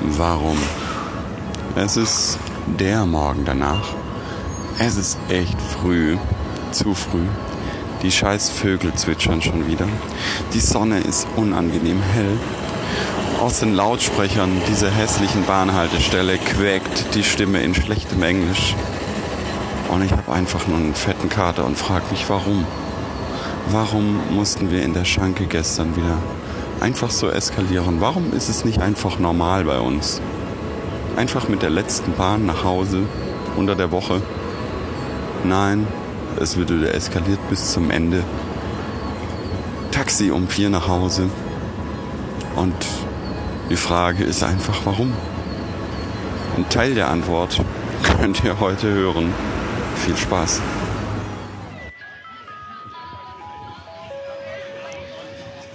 warum. Es ist der Morgen danach. Es ist echt früh. Zu früh. Die scheiß Vögel zwitschern schon wieder. Die Sonne ist unangenehm hell. Aus den Lautsprechern dieser hässlichen Bahnhaltestelle quäkt die Stimme in schlechtem Englisch. Und ich habe einfach nur einen fetten Kater und frage mich, warum. Warum mussten wir in der Schanke gestern wieder einfach so eskalieren? Warum ist es nicht einfach normal bei uns? Einfach mit der letzten Bahn nach Hause unter der Woche. Nein, es wird wieder eskaliert bis zum Ende. Taxi um vier nach Hause. Und die Frage ist einfach, warum? Ein Teil der Antwort könnt ihr heute hören. Viel Spaß.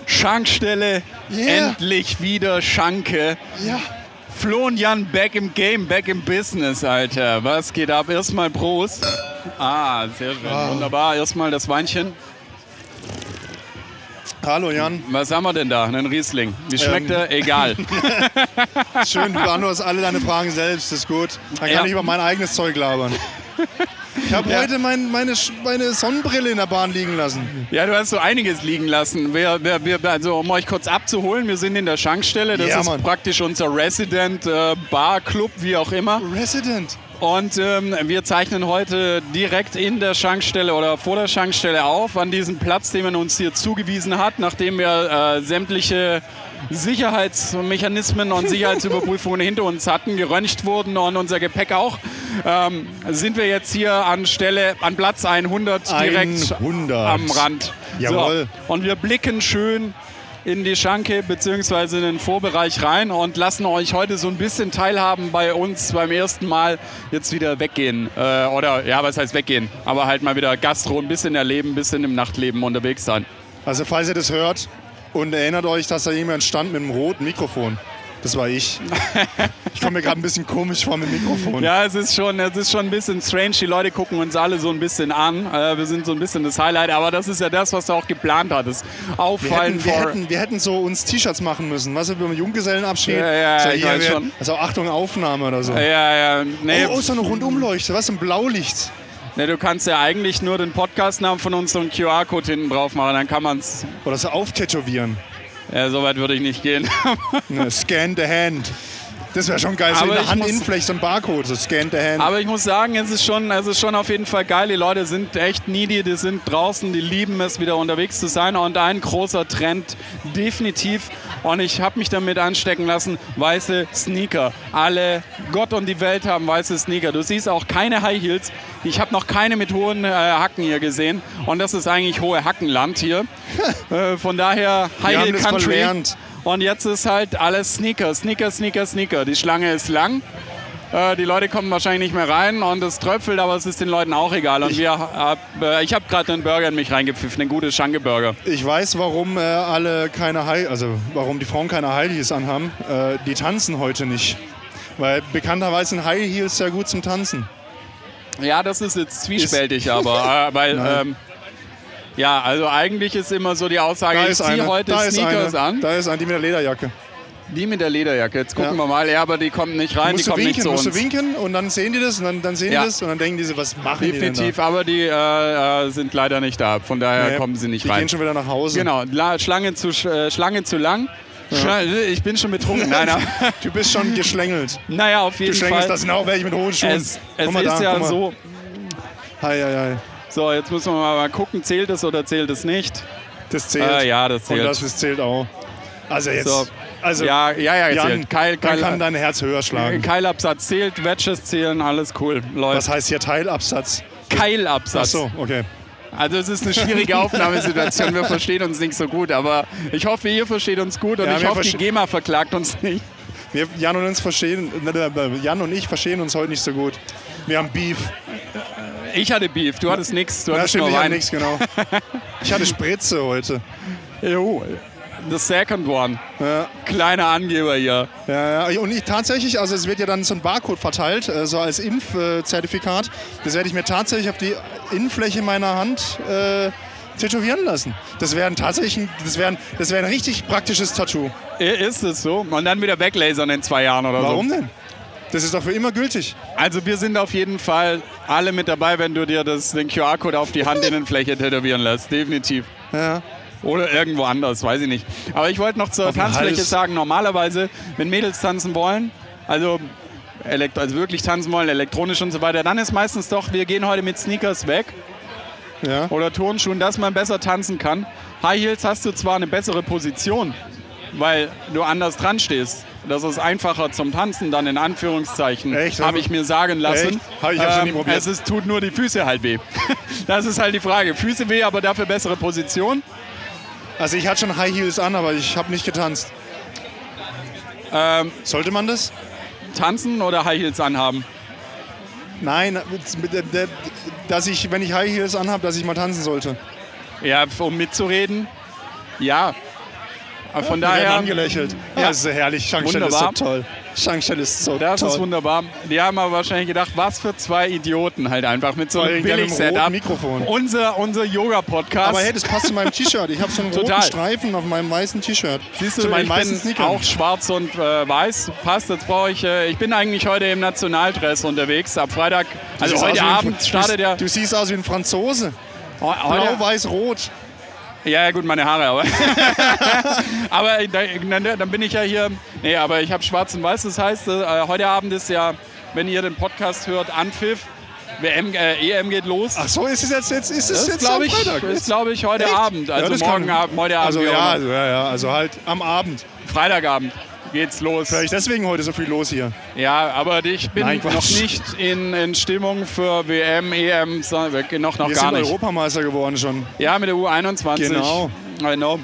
Schankstelle, Yeah. endlich wieder Schanke. Ja, Flo und Jan back im Game, back im Business, Alter. Was geht ab? Erstmal Prost. Ah, sehr schön. Wunderbar. Erstmal das Weinchen. hallo Jan. Was haben wir denn da? Einen Riesling. Wie schmeckt Ähm. er? Egal. Schön, du beantwortest alle deine Fragen selbst, ist gut. Dann kann Ja. ich über mein eigenes Zeug labern. Ich habe heute mein, meine, Sch- meine Sonnenbrille in der Bahn liegen lassen. Ja, du hast so einiges liegen lassen. Wir, wir, wir, also, um euch kurz abzuholen, wir sind in der Schankstelle. Das Ja, ist Mann. praktisch unser Resident äh, Bar Club, wie auch immer. Resident. Und ähm, wir zeichnen heute direkt in der Schankstelle oder vor der Schankstelle auf, an diesem Platz, den man uns hier zugewiesen hat, nachdem wir äh, sämtliche Sicherheitsmechanismen und Sicherheitsüberprüfungen hinter uns hatten, geröntgt wurden und unser Gepäck auch. Ähm, sind wir jetzt hier an Stelle, an Platz 100 direkt 100. am Rand. Jawohl. So. Und wir blicken schön in die Schanke bzw. in den Vorbereich rein und lassen euch heute so ein bisschen teilhaben bei uns beim ersten Mal jetzt wieder weggehen. Äh, oder ja, was heißt weggehen? Aber halt mal wieder Gastro ein bisschen erleben, ein bisschen im Nachtleben unterwegs sein. Also falls ihr das hört und erinnert euch, dass da jemand stand mit einem roten Mikrofon. Das war ich. Ich komme mir gerade ein bisschen komisch vor mit dem Mikrofon. Ja, es ist schon, es ist schon ein bisschen strange. Die Leute gucken uns alle so ein bisschen an. Äh, wir sind so ein bisschen das Highlight, aber das ist ja das, was du auch geplant hattest. Wir Auffallen hätten, wir, vor- hätten, wir hätten so uns T-Shirts machen müssen, was wir beim Junggesellenabschied. Ja, ja, so, ich hier, weiß wir- schon. Also Achtung, Aufnahme oder so. Ja, ja, nee. Oh, oh, so eine Rundumleuchte, was? Ein Blaulicht. Nee, Ne, du kannst ja eigentlich nur den Podcastnamen von uns so einen QR-Code hinten drauf machen, dann kann man's. Oder so auftätowieren. Ja, so weit würde ich nicht gehen. Ne, scan the hand. Das wäre schon geil. So Aber in der ich Hand muss- innen vielleicht so ein Barcode. So scan the hand. Aber ich muss sagen, es ist, schon, es ist schon auf jeden Fall geil. Die Leute sind echt needy, die sind draußen, die lieben es, wieder unterwegs zu sein. Und ein großer Trend, definitiv. Und ich habe mich damit anstecken lassen, weiße Sneaker. Alle Gott und die Welt haben weiße Sneaker. Du siehst auch keine High Heels. Ich habe noch keine mit hohen äh, Hacken hier gesehen. Und das ist eigentlich hohe Hackenland hier. äh, von daher High haben Heel das Country. verlernt. Und jetzt ist halt alles Sneaker, Sneaker, Sneaker, Sneaker. Die Schlange ist lang. Äh, die Leute kommen wahrscheinlich nicht mehr rein und es tröpfelt, aber es ist den Leuten auch egal. Und wir hab, äh, ich habe gerade einen Burger in mich reingepfiffen, einen guten Schanke-Burger. ich weiß, warum äh, alle keine High, also warum die Frauen keine High Heels anhaben. Äh, die tanzen heute nicht. Weil bekannterweise sind High Heels sehr gut zum Tanzen. Ja, das ist jetzt zwiespältig, aber äh, weil ähm, ja, also eigentlich ist immer so die Aussage, ich ziehe heute da ist Sneakers eine. an. Da ist eine, die mit der Lederjacke. Die mit der Lederjacke. Jetzt gucken Ja. wir mal. Ja, aber die kommen nicht rein, die musst du kommen winken, nicht zu musst uns. du winken und dann sehen die das und dann, dann sehen Ja. die das und dann denken die so, was machen die denn Definitiv, da? aber die äh, äh, sind leider nicht da. Von daher Nee, kommen sie nicht die rein. gehen schon wieder nach Hause. Genau, La Schlange, zu, sch- äh, Schlange zu lang. Schla- Ich bin schon betrunken. Nein, aber, Du bist schon geschlängelt. naja, auf jeden Geschlängelt, Fall. das sind auch welche mit hohen Schuhen. es es Guck mal ist da, ja guck mal. so. Hei, hei, hei. So, jetzt müssen wir mal gucken, zählt es oder zählt es nicht? Das zählt. Äh, ja, das Und zählt. das, das zählt auch. Also jetzt. So. Also ja, ja, ja, Jan, zählt. Keil, dann Keil, kann dein Herz höher schlagen. Keilabsatz zählt, Wedges zählen, alles cool. Was Läuft. heißt hier Teilabsatz? Ach Keilabsatz. so, okay. Also es ist eine schwierige Aufnahmesituation. Wir verstehen uns nicht so gut, aber ich hoffe, ihr versteht uns gut und Ja, ich wir hoffe, die verste- GEMA verklagt uns nicht. Wir, Jan, und uns verstehen, ne, Jan und ich verstehen uns heute nicht so gut. Wir haben Beef. Ich hatte Beef, du hattest nichts, du Ja, hattest stimmt, nur ich habe Wein. nichts, genau. Ich hatte Spritze heute. Jo, the second one. Ja, Kleiner Angeber hier. ja, ja. Und ich tatsächlich, also es wird ja dann so ein Barcode verteilt, äh, so als Impfzertifikat. Das werde ich mir tatsächlich auf die Innenfläche meiner Hand äh, tätowieren lassen. Das wäre ein tatsächlich, ein- das wäre ein, das wäre ein richtig praktisches Tattoo. Ist es so? Und dann wieder weglasern in zwei Jahren oder Warum so. denn? Das ist doch für immer gültig. Also wir sind auf jeden Fall alle mit dabei, wenn du dir das, den QR-Code auf die Handinnenfläche tätowieren lässt. Definitiv. Ja. Oder irgendwo anders, weiß ich nicht. Aber ich wollte noch zur Auf dem Tanzfläche Hals. sagen, normalerweise, wenn Mädels tanzen wollen, also, elekt also wirklich tanzen wollen, elektronisch und so weiter, dann ist meistens doch, wir gehen heute mit Sneakers weg ja. oder Turnschuhen, dass man besser tanzen kann. High Heels hast du zwar eine bessere Position, weil du anders dran stehst. Das ist einfacher zum Tanzen dann in Anführungszeichen. Echt? Habe ich mir sagen lassen. Ähm, Echt? Hab ich- ich hab's noch nie probiert. Es ist, tut nur die Füße halt weh. das ist halt die Frage. Füße weh, aber dafür bessere Position. Also ich hatte schon High Heels an, aber ich habe nicht getanzt. Ähm. Sollte man das? tanzen oder High Heels anhaben? Nein, mit der- der- dass ich, wenn ich High Heels anhabe, dass ich mal tanzen sollte. Ja, um mitzureden. Ja. Aber von Wir werden daher, angelächelt. Ja. Ja, das ist herrlich. Shankstelle ist so Wunderbar. toll. Shankstelle ist so das toll. ist wunderbar. Die haben aber wahrscheinlich gedacht, was für zwei Idioten halt einfach mit so Vor einem allem dann im Billig-Setup. roten Mikrofon. Unser, unser Yoga-Podcast. aber hey, das passt zu meinem T-Shirt. Ich habe so einen roten Total. Streifen auf meinem weißen T-Shirt. Siehst du, zu meinen ich weißen bin Sneakern. auch schwarz und äh, weiß. Passt, jetzt brauche ich... Äh, ich bin eigentlich heute im Nationaldress unterwegs. Ab Freitag, Du also siehst aus heute wie ein- Abend startet du, ja... Du siehst aus wie ein Franzose. Blau, Heute, weiß, rot. ja, ja, gut, meine Haare, aber... aber äh, da- dann, dann bin ich ja hier... Nee, aber ich habe schwarz und weiß. Das heißt, äh, heute Abend ist ja, wenn ihr den Podcast hört, Anpfiff. WM, äh, EM geht los. Ach so, ist es jetzt, jetzt ist es Das jetzt glaube am ich, Freitag. ist, glaub ich heute Echt? Abend, Ja, also das kann- morgen Abend, heute Abend, Also wie auch ja, immer. also, ja, ja, also halt am Abend. Freitagabend geht's los. Vielleicht deswegen heute so viel los hier. Ja, aber ich bin Nein, Quatsch. noch nicht in, in Stimmung für WM, EM, so- wir- noch, noch Wir gar sind nicht. Europameister geworden schon. Ja, mit der U21. Genau. I know.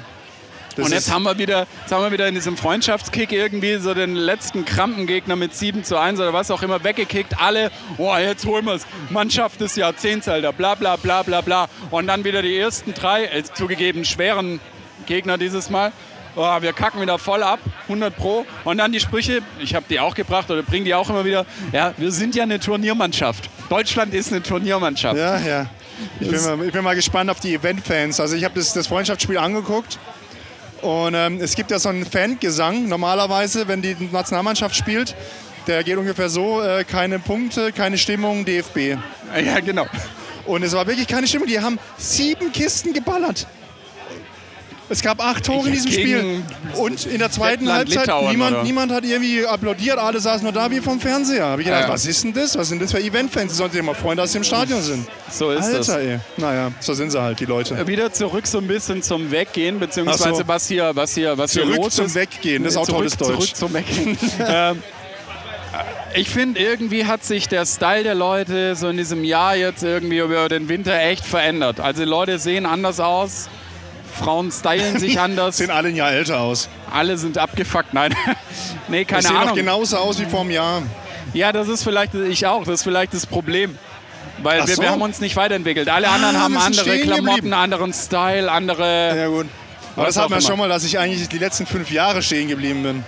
Das Und ist- jetzt haben, wir wieder, jetzt haben wir wieder in diesem Freundschaftskick irgendwie so den letzten Krampengegner mit 7 zu 1 oder was auch immer weggekickt. Alle, oh, jetzt holen wir es. Mannschaft des Jahrzehnts, Alter. Bla, bla, bla, bla, bla. Und dann wieder die ersten drei, äh, zugegeben schweren Gegner dieses Mal. Oh, wir kacken wieder voll ab, 100 pro. Und dann die Sprüche, ich habe die auch gebracht oder bringe die auch immer wieder. Ja, wir sind ja eine Turniermannschaft. Deutschland ist eine Turniermannschaft. Ja, ja. Ich bin, mal, ich bin mal gespannt auf die Event-Fans. Also ich habe das, das Freundschaftsspiel angeguckt und ähm, es gibt ja so einen Fangesang normalerweise, wenn die Nationalmannschaft spielt. Der geht ungefähr so, äh, keine Punkte, keine Stimmung, DFB. ja genau. Und es war wirklich keine Stimmung. Die haben sieben Kisten geballert. Es gab acht Tore in diesem Spiel. Gegen Und in der zweiten Lettland, Halbzeit, Litauen, oder? niemand, niemand hat irgendwie applaudiert. Alle saßen nur da wie vom Fernseher. Habe ich gedacht, Ja. was ist denn das? Was sind das für Eventfans? Die sollten ja mal Freunde aus dem Stadion sind. So ist das. Äh, Alter, ey. Naja, so sind sie halt, die Leute. wieder zurück so ein bisschen zum Weggehen, beziehungsweise Ach so. was hier, was hier, was hier Zurück los zum ist. Weggehen, das ist auch zurück, tolles Deutsch. Zurück zum Weggehen. ähm, ich finde, irgendwie hat sich der Style der Leute so in diesem Jahr jetzt irgendwie über den Winter echt verändert. Also die Leute sehen anders aus, Frauen stylen sich anders, Sehen alle ein Jahr älter aus. alle sind abgefuckt. Nein, nee, Die keine sehen genau- noch Ahnung. genauso aus wie vor einem Jahr. Ja, das ist vielleicht, ich auch, das ist vielleicht das Problem. Weil Ach wir, so. wir haben uns nicht weiterentwickelt. Alle anderen Ah, haben wir sind andere stehen Klamotten, geblieben. Äh, anderen Style, andere... Ja, gut. Aber Was das hat auch man immer. schon mal, dass ich eigentlich die letzten fünf Jahre stehen geblieben bin.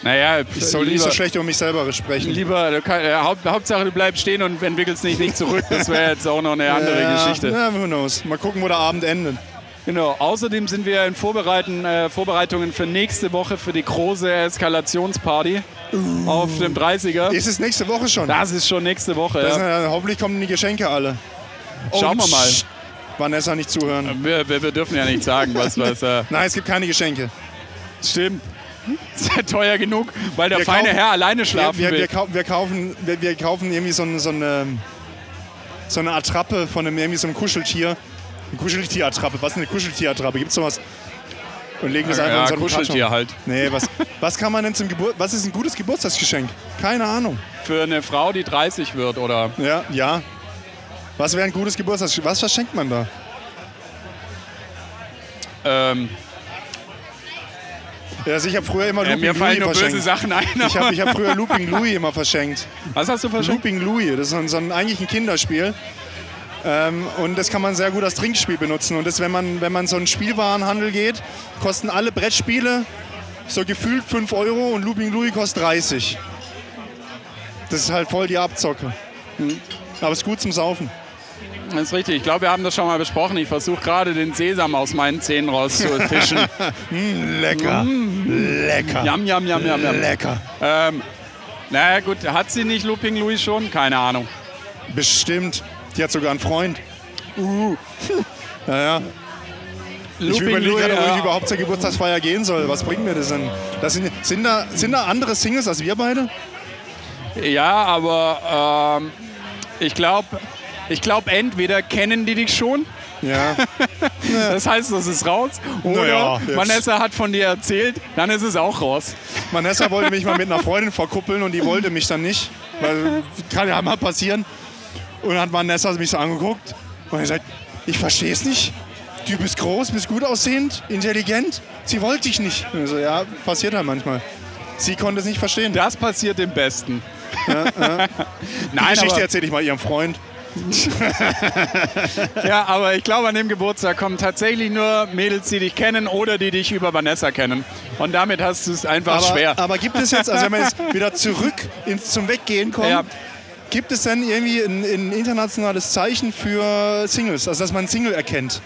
Naja, Ich soll nicht lieber- so schlecht über mich selber sprechen. Lieber, du kann, äh, Haupt, Hauptsache du bleibst stehen und entwickelst dich nicht zurück. Das wäre jetzt auch noch eine andere Ja, Geschichte. Ja, who knows. Mal gucken, wo der Abend endet. Genau. Außerdem sind wir in Vorbereiten, äh, Vorbereitungen für nächste Woche für die große Eskalationsparty auf dem 30er. Ist es nächste Woche schon? Das ist schon nächste Woche. Das Ja. sind ja- hoffentlich kommen die Geschenke alle. Schauen wir Und mal. Ähm. pssst, Vanessa nicht zuhören. Wir, wir, wir dürfen ja nicht sagen, was was. Äh, Nein, es gibt keine Geschenke. stimmt. Ist ja teuer genug, weil der Wir feine kaufen- Herr alleine Wir, schlafen wir, wir, will. kaufen, wir, kaufen, wir, wir kaufen irgendwie so, ein- so, eine, so eine Attrappe von einem, irgendwie so einem Kuscheltier. Eine Kuscheltierattrappe. Was ist eine Kuscheltierattrappe? Gibt's sowas? Und legen das einfach in Ja, so einen Kuscheltier Karton. halt. Nee, was, was kann man denn zum Geburt... Was ist ein gutes Geburtstagsgeschenk? Keine Ahnung. Für eine Frau, die 30 wird, oder? Ja, ja. Was wäre ein gutes Geburtstagsgeschenk? Was verschenkt man da? Ähm, Ja, Also ich habe früher immer äh, Looping mir fallen Louis nur böse verschenkt. Sachen ein. Ich habe ich hab früher Looping Louis immer verschenkt. was hast du verschenkt? Looping Louis, das ist so ein, so ein, eigentlich ein Kinderspiel. Ähm, und das kann man sehr gut als Trinkspiel benutzen. Und das, wenn man, wenn man so einen Spielwarenhandel geht, kosten alle Brettspiele so gefühlt 5 Euro und Looping Louis kostet 30. Hm. Das ist halt voll die Abzocke. Aber es ist gut zum Saufen. Das ist richtig. Ich glaube, wir haben das schon mal besprochen. Ich versuche gerade den Sesam aus meinen Zähnen rauszufischen. Hm, Lecker. Lecker. jam, jam, jam, jam, jam. Lecker. Ähm, naja, gut, hat sie nicht Looping Louis schon? Keine Ahnung. Bestimmt. Die hat sogar einen Freund. Uh. Naja, ich Looping überlege gerade, ob äh, ich überhaupt zur Geburtstagsfeier gehen soll. Was bringt mir das denn? Das sind, sind, da, sind da andere Singles als wir beide? Ja, aber ähm, ich glaube, ich glaube, entweder kennen die dich schon, Ja. das heißt, das ist raus, Naja, oder jetzt. Vanessa hat von dir erzählt, dann ist es auch raus. Vanessa wollte mich mal mit einer Freundin verkuppeln und die wollte mich dann nicht. Weil kann ja mal passieren. Und dann hat Vanessa mich so angeguckt und gesagt, ich verstehe es nicht. Du bist groß, bist gut aussehend, intelligent. Sie wollte dich nicht. Und ich so, ja, passiert halt manchmal. Sie konnte es nicht verstehen. Das passiert dem Besten. Die Nein, Geschichte aber, erzähle ich mal ihrem Freund. ja, aber ich glaube, an dem Geburtstag kommen tatsächlich nur Mädels, die dich kennen oder die dich über Vanessa kennen. Und damit hast du es einfach aber, schwer. Aber gibt es jetzt, also wenn wir jetzt wieder zurück ins, zum Weggehen kommen, Ja. gibt es denn irgendwie ein, ein internationales Zeichen für Singles, also dass man einen Single erkennt?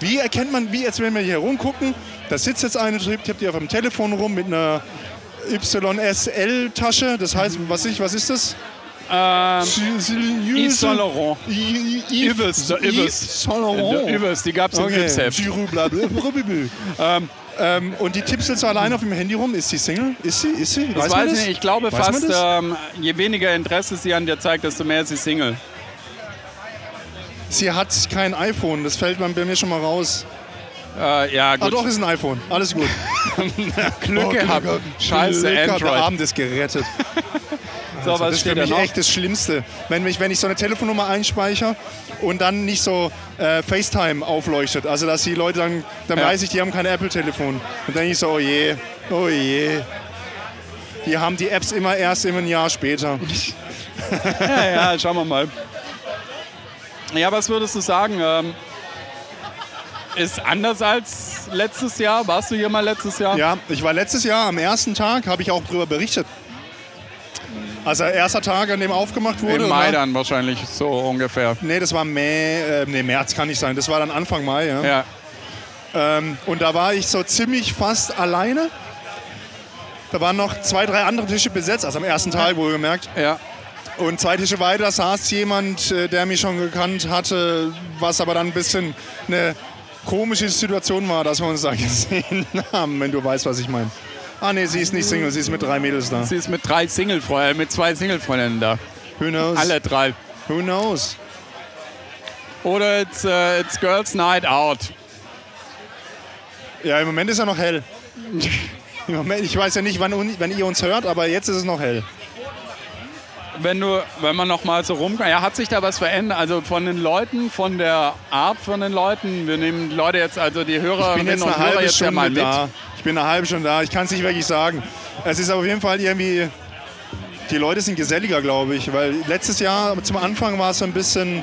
Wie erkennt man, wie jetzt, wenn wir hier rumgucken, da sitzt jetzt eine, tippt tippt hier auf dem Telefon rum mit einer YSL-Tasche, das heißt, was, ich, was ist das? Ähm, Yves Saint Laurent. Yves, Yves der Yves. Yves Saint Laurent. Übelst, die gab es im Glücksheft. Giroud, bla, bla, bla, bla, bla. ähm, ähm, und die tipselt so allein auf dem Handy rum. Ist sie Single? Ist sie? Ist sie? Ich Weiß man weiß das? nicht, ich glaube Weiß man fast, das? ähm, je weniger Interesse sie an dir zeigt, desto mehr ist sie Single. Sie hat kein iPhone. Das fällt bei mir schon mal raus. Äh, ja, Ah, gut. doch, ist ein iPhone. Alles gut. Oh, Glück gehabt. Scheiße, Glück gehabt, Der Android. Abend ist gerettet. so, was das ist für steht da mich noch? echt das Schlimmste. Wenn, mich, wenn ich so eine Telefonnummer einspeichere und dann nicht so äh, FaceTime aufleuchtet. Also, dass die Leute dann, dann Ja. weiß ich, die haben kein Apple-Telefon. Und dann denke ich so, oh je, oh je. Die haben die Apps immer erst immer ein Jahr später. Ja, ja, schauen wir mal. Ja, was würdest du sagen? Ähm, ist anders als letztes Jahr? Warst du hier mal letztes Jahr? Ja, ich war letztes Jahr am ersten Tag, habe ich auch darüber berichtet. Also erster Tag, an dem aufgemacht wurde. Im Mai ne? dann wahrscheinlich, so ungefähr. Nee, das war Mä, äh, nee, März kann nicht sein. Das war dann Anfang Mai. Ja. Ja. Ähm, und da war ich so ziemlich fast alleine. Da waren noch zwei, drei andere Tische besetzt, also am ersten Tag wohlgemerkt. Ja. Und zwei Tische weiter saß jemand, äh, der mich schon gekannt hatte, was aber dann ein bisschen eine komische Situation war, dass wir uns da gesehen haben, wenn du weißt, was ich meine. Ah nee, sie ist nicht Single, sie ist mit drei Mädels da. Sie ist mit drei Singlefreunden, mit zwei Singlefreunden da. Who knows? Alle drei. Who knows? Oder it's, äh, it's Girls Night Out. Ja, im Moment ist ja noch hell. Im Moment, ich weiß ja nicht, wann, un- wann ihr uns hört, aber jetzt ist es noch hell. Wenn du, wenn man noch mal so rumkommt, ja, hat sich da was verändert? Also von den Leuten, von der Art von den Leuten. Wir nehmen die Leute jetzt, also die Ich bin Hörerinnen jetzt eine und Hörer halbe jetzt ja mal Stunde mit. da. Ich bin eine halbe Stunde da. Ich kann es nicht wirklich sagen. Es ist auf jeden Fall irgendwie. Die Leute sind geselliger, glaube ich. Weil letztes Jahr zum Anfang war es so ein bisschen.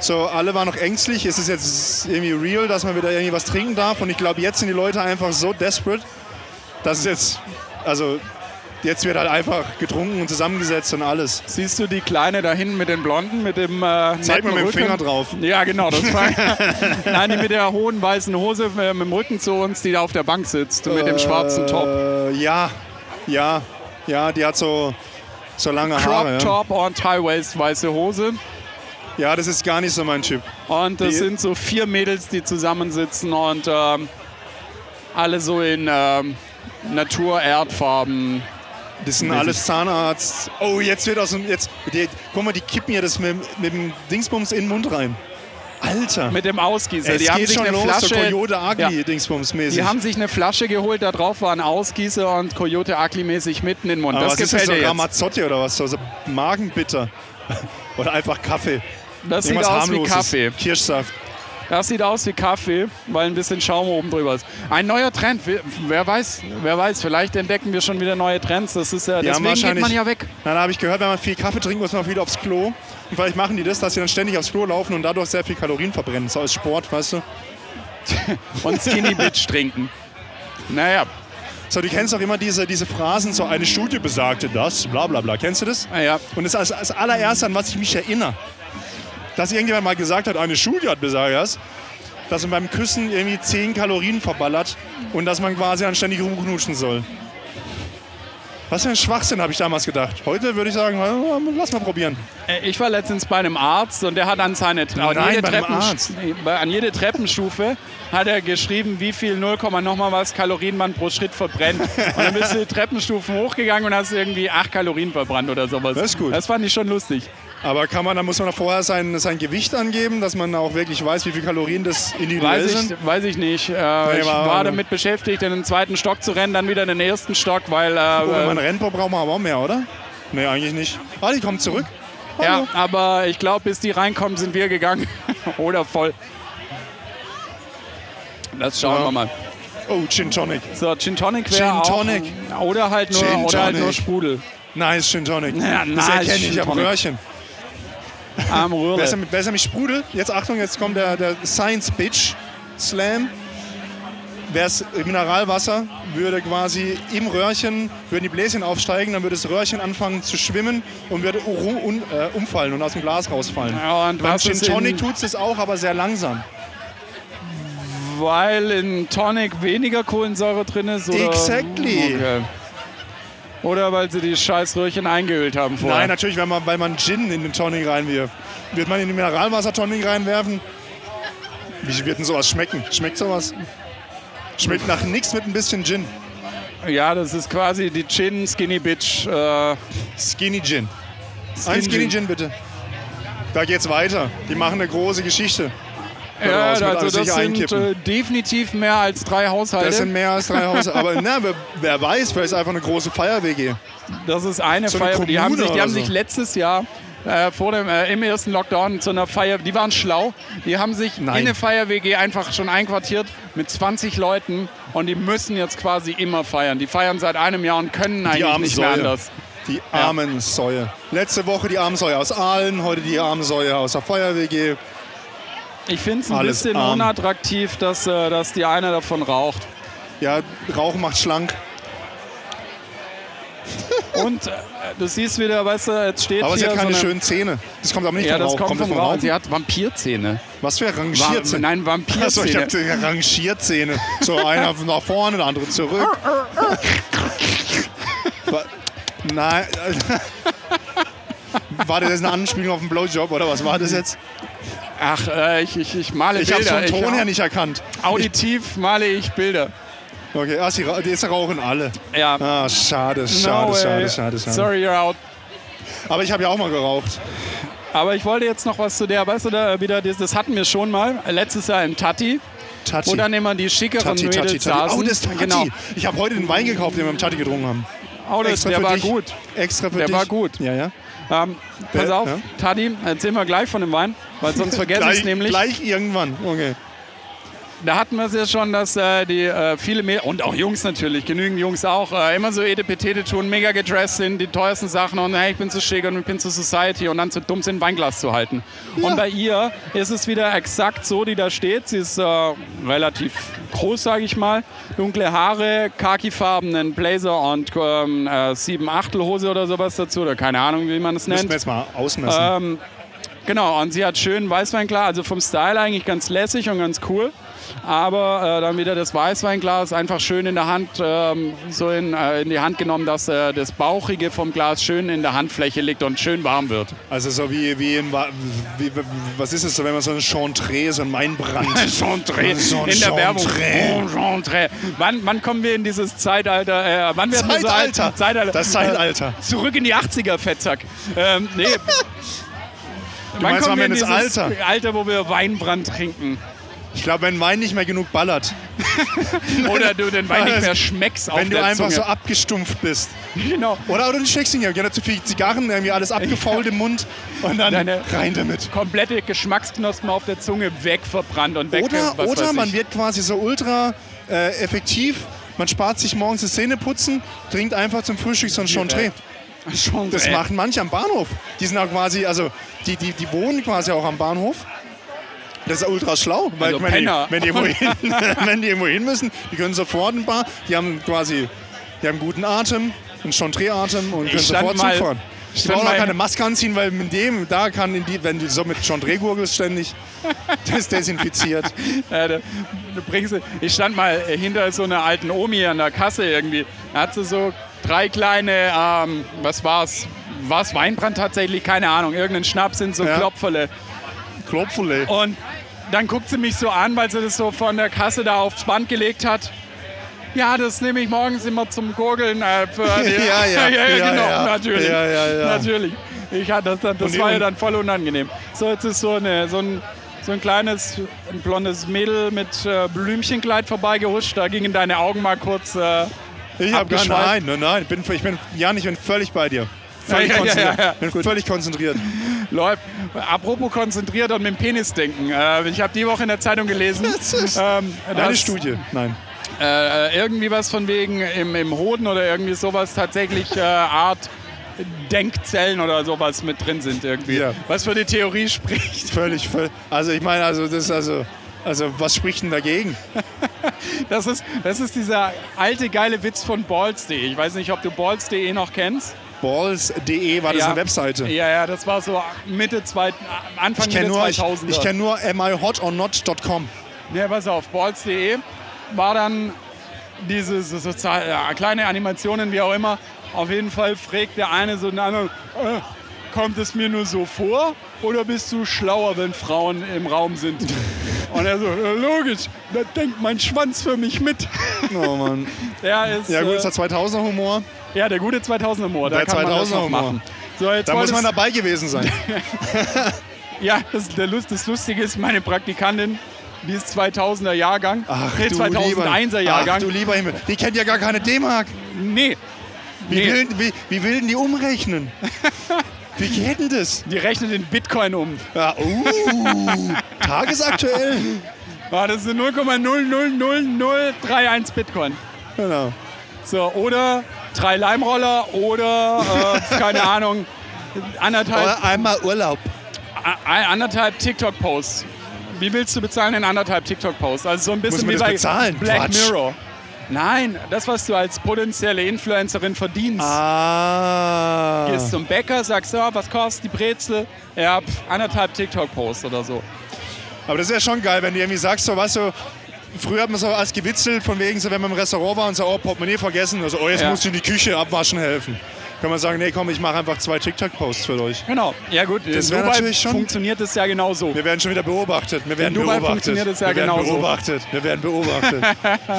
So, alle waren noch ängstlich. Ist es jetzt irgendwie real, dass man wieder irgendwie was trinken darf? Und ich glaube, jetzt sind die Leute einfach so desperate, dass es jetzt. Also, jetzt wird halt einfach getrunken und zusammengesetzt und alles. Siehst du die Kleine da hinten mit den Blonden, mit dem äh, netten Zeig mal mit dem Rücken? Finger drauf. Ja, genau. Das war, nein, die mit der hohen weißen Hose äh, mit dem Rücken zu uns, die da auf der Bank sitzt und mit dem schwarzen Top. Äh, ja, ja, ja, die hat so, so lange Haare. Crop Ja. Top und High Waist weiße Hose. ja, das ist gar nicht so mein Typ. Und das Die- sind so vier Mädels, die zusammensitzen und ähm, alle so in ähm, Natur-Erdfarben. Das sind alles Zahnarzt. Oh, jetzt wird aus dem. Jetzt, die, guck mal, die kippen ja das mit, mit dem Dingsbums in den Mund rein. Alter. Mit dem Ausgießer. es die haben geht sich schon eine los, so Flasche. Coyote Agni Ja. Dingsbums mäßig. die haben sich eine Flasche geholt, da drauf war ein Ausgießer und Coyote Ugly-mäßig mitten in den Mund. Aber das was ist gefällt das, so dir jetzt. Ramazzotti oder was? So, so Magenbitter. oder einfach Kaffee. Das sieht Irgendwas aus wie harmloses. Kaffee. Kirschsaft. Das sieht aus wie Kaffee, weil ein bisschen Schaum oben drüber ist. Ein neuer Trend. Wer- Wer weiß, wer weiß, vielleicht entdecken wir schon wieder neue Trends. Das ist ja, Die haben deswegen geht wahrscheinlich- man ja weg. Na, da habe ich gehört, wenn man viel Kaffee trinkt, muss man viel aufs Klo. Und vielleicht machen die das, dass sie dann ständig aufs Klo laufen und dadurch sehr viel Kalorien verbrennen. So als Sport, weißt du? Und Skinny Bitch trinken. Naja, So, du kennst doch immer diese, diese Phrasen, so eine Studie besagte das, bla bla bla. Kennst du das? naja. Und das ist als, als allererste, an was ich mich erinnere. dass irgendjemand mal gesagt hat, eine Studie hat besagt das, dass man beim Küssen irgendwie 10 Kalorien verballert und dass man quasi anständig rumknutschen soll. Was für ein Schwachsinn, habe ich damals gedacht. Heute würde ich sagen, lass mal probieren. Äh, Ich war letztens bei einem Arzt und der hat an seine an Nein, jede, bei einem Treppen, Arzt. Nee, bei- an jede Treppenstufe hat er geschrieben, wie viel 0, nochmal was Kalorien man pro Schritt verbrennt. Und dann bist du die Treppenstufen hochgegangen und hast irgendwie 8 Kalorien verbrannt oder sowas. Das ist gut. Das fand ich schon lustig. Aber kann man, dann muss man doch vorher sein, sein Gewicht angeben, dass man auch wirklich weiß, wie viele Kalorien das individuell Weiß ich, sind. weiß ich nicht. Äh, ich aber- war damit beschäftigt, in den zweiten Stock zu rennen, dann wieder in den ersten Stock, weil Oh, wenn äh, man rennt, braucht man aber auch mehr, oder? Nee, eigentlich nicht. Ah, die kommt zurück. äh, Ja, Hallo. aber ich glaube, bis die reinkommen, sind wir gegangen. Oder voll. Das schauen Ja. wir mal. Oh, Gin Tonic. So, Gin Tonic wäre Gin auch. Tonic. Oder halt nur, Gin oder halt nur Tonic. Sprudel. Nice Gin Tonic. Ja, das nice erkenne ich Gin am Tonic. Röhrchen. Am Besser Rührer. mit, besser mit Sprudel. Jetzt Achtung, jetzt kommt der, der Science Bitch Slam. Wär's Mineralwasser, würde quasi im Röhrchen, würden die Bläschen aufsteigen, dann würde das Röhrchen anfangen zu schwimmen und würde ru- un, äh, umfallen und aus dem Glas rausfallen. Ja, und Beim was Gin ist in- Tonic tut es das auch, aber sehr langsam. Weil in Tonic weniger Kohlensäure drin ist. Oder? Exactly. Okay. Oder weil sie die scheiß Röhrchen eingehüllt haben vorher. Nein, natürlich, wenn man, weil man Gin in den Tonic reinwirft. Wird man in den Mineralwasser-Tonic reinwerfen? Wie wird denn sowas schmecken? Schmeckt sowas? Schmeckt nach nichts mit ein bisschen Gin. ja, das ist quasi die Gin Skinny Bitch. Äh, Skinny Gin. Ein Skinny Gin. Gin bitte. Da geht's weiter. Die machen eine große Geschichte. Ja, raus mit also alles das sich sind einkippen. äh, definitiv mehr als drei Haushalte. Das sind mehr als drei Häuser. Aber na, wer, wer weiß, vielleicht ist einfach eine große Feier-WG. Das ist eine So eine Feier. Die haben Kommune sich, die oder haben so. sich letztes Jahr äh, vor dem, äh, im ersten Lockdown zu einer Feier, die waren schlau, die haben sich Nein. in eine Feier-WG einfach schon einquartiert mit 20 Leuten und die müssen jetzt quasi immer feiern. Die feiern seit einem Jahr und können eigentlich armen nicht mehr Säue. anders. Die armen Säue. Letzte Woche die armen Säue aus Aalen, heute die armen Säue aus der Feier-WG. Ich finde es ein Alles bisschen arm. unattraktiv, dass, äh, dass die eine davon raucht. Ja, Rauchen macht schlank. Und äh, du siehst wieder, weißt du, jetzt steht Aber hier sie hat keine so eine, schönen Zähne. Das kommt aber nicht ja, vom das Rauch. kommt, kommt vom das Rauch. Rauchen? Sie hat Vampirzähne. Was für Wa- Rangierzähne? Nein, Achso, ich Vampirzähne. habe Rangierzähne. So einer nach vorne, der andere zurück. Wa- Nein. äh, War das jetzt eine Anspielung auf den Blowjob oder was war das jetzt? Ach, äh, ich, ich, ich male Ich habe Bilder. vom Ton hab- her nicht erkannt. Auditiv male ich Bilder. Okay, ach, sie ra- jetzt rauchen alle. Ja. Ah, schade, schade, No way. schade, schade, schade. Sorry, you're out. Aber ich habe ja auch mal geraucht. Aber ich wollte jetzt noch was zu der, weißt du, da wieder, das, das hatten wir schon mal, letztes Jahr im Tati, Tati. wo dann immer die schickeren Tati, Mädels Tati, Tati. saßen. Oh, das ist Tati. Genau. Ich habe heute den Wein gekauft, den wir im Tati getrunken haben. Oh, das, Extra der für war dich. gut. Extra für Der dich. war gut. Ja, ja. Ähm, pass Ja, auf, ja. Tati, erzählen wir gleich von dem Wein, weil sonst vergesse ich Gleich, es nämlich. gleich irgendwann. Okay. Da hatten wir es ja schon, dass äh, die äh, viele Mädels, und auch Jungs natürlich, genügend Jungs auch, äh, immer so Edepetete tun, mega gedressed sind, die teuersten Sachen und hey, ich bin zu schick und ich bin zu Society und dann zu dumm sind, ein Weinglas zu halten. Und bei ihr ist es wieder exakt so, die da steht. Sie ist äh, relativ groß, sage ich mal, dunkle Haare, khakifarbenen Blazer und ähm, äh, sieben Achtelhose oder sowas dazu oder keine Ahnung, wie man es nennt. Müssen wir jetzt mal ausmessen. Ähm, genau, und sie hat schön Weißweinglas, also vom Style eigentlich ganz lässig und ganz cool. Aber äh, dann wieder das Weißweinglas einfach schön in der Hand, ähm, so in, äh, in die Hand genommen, dass äh, das Bauchige vom Glas schön in der Handfläche liegt und schön warm wird. Also so wie, wie, in, Wa- wie, was ist es so, wenn man so ein Chantre, so ein Mainbrand. Chantre, So ein in der Werbung. Chantre. Oh, Chantre. Wann, wann kommen wir in dieses Zeitalter? Äh, wann werden wir so alt? Zeitalter. Zeitalter. Äh, Das Zeitalter. Zurück in die 80er, Fettsack. Ähm, nee. Du meinst, wann kommen wir in wir dieses in das Alter? Alter, wo wir Weinbrand trinken? Ich glaube, wenn Wein nicht mehr genug ballert, Oder du den Wein nicht mehr schmeckst auf wenn du der einfach so Zunge. abgestumpft bist. genau. Oder, oder du schmeckst ihn ja, gerne zu viel Zigarren, irgendwie alles abgefault im Mund und dann Deine- rein damit. Komplette Geschmacksknospen auf der Zunge wegverbrannt und weg. Oder, was oder weiß man ich. wird quasi so ultra äh, effektiv, man spart sich morgens das Zähneputzen, trinkt einfach zum Frühstück so ein Chantre. Schon Das ey. machen manche am Bahnhof. Die sind auch quasi, also die, die, die wohnen quasi auch am Bahnhof. Das ist ultra schlau, weil Also wenn, die, Penner. wenn, die irgendwo hin, wenn die irgendwo hin müssen, die können sofort ein paar, die haben quasi, die haben guten Atem, einen Chantre-Atem und können stand sofort mal- zufahren. Ich Stand brauche auch bei- keine Maske anziehen, weil mit dem, da kann, in die, wenn du so mit John Drehgurgel ständig, das ist desinfiziert. Äh, da- du bringst, ich stand mal hinter so einer alten Omi an der Kasse irgendwie. Da hat sie so drei kleine, ähm, was war's? War's Weinbrand tatsächlich? Keine Ahnung. Irgendein Schnaps sind so Ja. Klopferle. Klopferle. Und dann guckt sie mich so an, weil sie das so von der Kasse da aufs Band gelegt hat. Ja, das nehme ich morgens immer zum Gurgeln. Äh, für die- Ja, ja, ja, genau, ja. natürlich. Ja, ja, ja. Natürlich. Ich hatte das, dann, das Und- war ja und- dann voll unangenehm. So, jetzt ist so, eine, so, ein, so ein kleines ein blondes Mädel mit äh, Blümchenkleid vorbeigehuscht. Da gingen deine Augen mal kurz. Äh, Ich hab gar Abgeschweift. nein, nein, nein, ich bin, ich bin, Jan, ich bin völlig bei dir. Völlig Ja, ja, ja, konzentriert. ja. bin völlig konzentriert. läuft. Apropos konzentriert und mit dem Penis denken. Äh, ich habe die Woche in der Zeitung gelesen. Das ist ähm, Eine dass- Studie. Nein. äh, irgendwie was von wegen im, im Hoden oder irgendwie sowas tatsächlich äh, Art Denkzellen oder sowas mit drin sind irgendwie. Ja. Was für die Theorie spricht, Völlig, völlig. Also ich meine, also das ist also. Also was spricht denn dagegen? das ist, das ist dieser alte geile Witz von Balls.de. Ich weiß nicht, ob du Balls.de noch kennst. Balls.de war das eine Webseite. Ja, ja, das war so Mitte zweit, Anfang Ich Mitte kenne nur, ich, 2000er. ich kenn nur amihotornot.com. Ja, pass auf, balls.de war dann diese so, so, zahl- ja, kleine Animationen, wie auch immer. Auf jeden Fall fragt der eine so den anderen, äh, kommt es mir nur so vor oder bist du schlauer, wenn Frauen im Raum sind? Und er so, "Ja, logisch, da denkt mein Schwanz für mich mit. Oh Mann. Der ist, Ja gut, äh, ist der 2000er Humor. ja, der gute 2000er Humor, da Der kann man das 2000er noch Humor. machen. So, jetzt Da muss wolltest- man dabei gewesen sein. Ja, das, der Lust, das Lustige ist, meine Praktikantin, die ist 2000er Jahrgang, nee, 2001er Jahrgang. Ach du lieber Himmel. Die kennt ja gar keine D-Mark. nee, Wie, Nee. will, wie, wie will denn die umrechnen? wie geht denn das? Die rechnet den Bitcoin um. Ja, uh, tagesaktuell. Ah, das sind 0,0000031 Bitcoin. Genau. So, oder drei Leimroller oder, äh, keine Ahnung, anderthalb, Oder einmal Urlaub. a- a- anderthalb TikTok-Posts. Wie willst du bezahlen in anderthalb TikTok-Posts? Also so ein bisschen Muss man wie das bei bezahlen? Black Quatsch. Mirror. Nein, das, was du als potenzielle Influencerin verdienst. Ah. Gehst zum Bäcker, sagst, ja, was kostet die Brezel? Ja, pf, anderthalb TikTok-Posts oder so. Aber das ist ja schon geil, wenn du irgendwie sagst, so was so. Früher hat man so als gewitzelt, von wegen so, wenn man im Restaurant war und so, oh, Portemonnaie vergessen. Also, oh, jetzt Ja. musst du in die Küche abwaschen helfen. Kann man sagen, nee, komm, ich mache einfach zwei TikTok-Posts für euch. Genau. Ja gut, Das wär in Dubai natürlich schon- funktioniert es ja genauso. Wir werden schon wieder beobachtet. Wir werden Dubai beobachtet. funktioniert das ja Wir werden genauso. beobachtet. Wir werden beobachtet.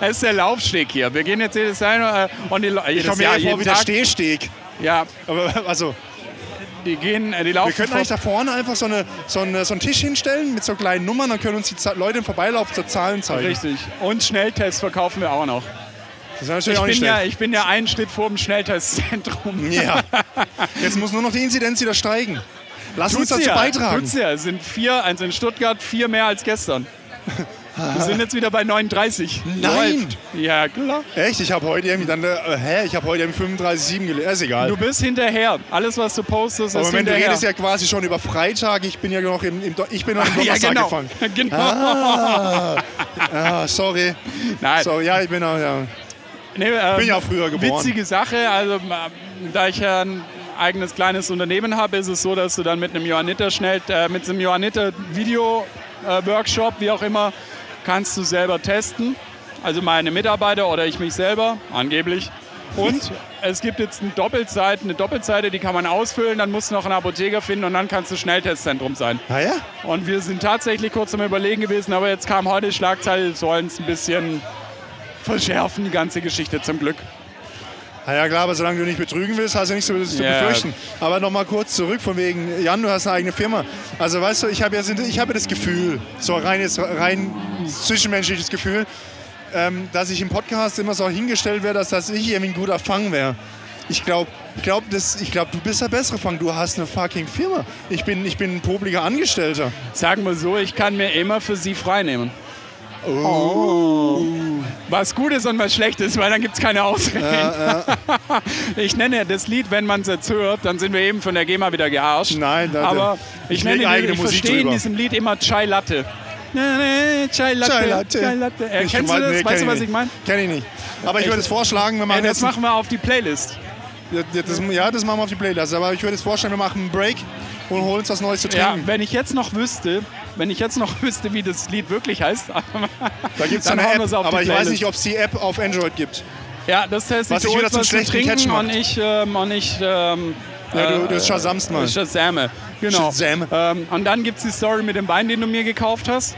Das ist der Laufsteg hier. Wir gehen jetzt jedes Jahr äh, und die Leute. Ich komme mir hier vor wie der Stehsteg. Ja, Aber also, die gehen, äh, die laufen. wir könnten vor- eigentlich da vorne einfach so, eine, so, eine, so einen Tisch hinstellen mit so kleinen Nummern, dann können uns die Za- Leute im Vorbeilauf zur Zahlen zeigen. Richtig. Und Schnelltests verkaufen wir auch noch. Das ist natürlich Ich auch nicht bin, ja, schlecht. ich bin ja einen Schritt vor dem Schnelltestzentrum. Ja. Jetzt muss nur noch die Inzidenz wieder steigen. Lass uns dazu ja. beitragen. Tut's ja. Es sind vier, also in Stuttgart vier mehr als gestern. Wir sind jetzt wieder bei 39. Nein. Läuft. Ja, klar. Echt? Ich habe heute irgendwie dann, äh, hä? Ich habe heute irgendwie 35,7 gelesen. Ist egal. Du bist hinterher. Alles, was du postest, ist Aber Moment, du hinterher. redest ja quasi schon über Freitag. Ich bin ja noch im, im, Do- ich bin noch im ja, Donnerstag genau. gefangen. genau. Ah, sorry. Nein, Sorry, ja, ich bin auch, ja. Nee, ähm, Bin ja auch früher geboren. Witzige Sache, also ähm, da ich ja ein eigenes kleines Unternehmen habe, ist es so, dass du dann mit einem Johanniter schnell, äh, mit einem Johanniter Video äh, Workshop, wie auch immer, kannst du selber testen. Also meine Mitarbeiter oder ich mich selber, angeblich. Und es gibt jetzt eine Doppelseite, eine Doppelseite, die kann man ausfüllen, dann musst du noch einen Apotheker finden und dann kannst du Schnelltestzentrum sein. Ah ja? Und wir sind tatsächlich kurz am Überlegen gewesen, aber jetzt kam heute die Schlagzeile, wir sollen es ein bisschen verschärfen, die ganze Geschichte zum Glück. Na Ah ja, klar, aber solange du nicht betrügen willst, hast du nichts zu zu Ja. befürchten. Aber nochmal kurz zurück, von wegen, Jan, du hast eine eigene Firma. Also weißt du, ich habe ja, ich habe ja das Gefühl, so rein, jetzt- rein zwischenmenschliches Gefühl, ähm, dass ich im Podcast immer so hingestellt werde, dass, dass ich irgendwie ein guter Fang wäre. Ich glaube, ich glaub, das- ich glaub, du bist der bessere Fang. Du hast eine fucking Firma. Ich bin, ich bin ein publiker Angestellter. Sagen wir so, ich kann mir immer für sie freinehmen. Oh. Was gut ist und was schlecht ist, weil dann gibt es keine Ausreden. ich nenne das Lied, wenn man es jetzt hört, dann sind wir eben von der GEMA wieder gearscht. Nein, da- Aber ich, ich nenne leg die- eigene ich Musik verstehe in drüber. diesem Lied immer Chai Latte. Na, na, Chai Latte. Chai Latte. Chai Latte. Äh, Ich- kennst du das? nee, kenn weißt du, was nicht. ich meine? Kenn ich nicht. Aber ich würde es vorschlagen, wir machen Das jetzt machen wir auf die Playlist. Ja, das, ja, das machen wir auf die Playlist. Aber ich würde es vorstellen, wir machen einen Break und holen uns was Neues zu Ja, trinken. wenn ich jetzt noch wüsste, wenn ich jetzt noch wüsste, wie das Lied wirklich heißt. da gibt es dann eine hauen App, wir's auf die aber ich weiß Playlist. nicht, ob es die App auf Android gibt. Ja, das heißt, Was ich ich hol wieder zum was zu schlechten Catch trinken macht. und ich, ähm, und ich ähm, Ja, du, äh, du Shazamst mal. Shazamme. Genau. Shazam. Ähm, und dann gibt es die Story mit dem Wein, den du mir gekauft hast.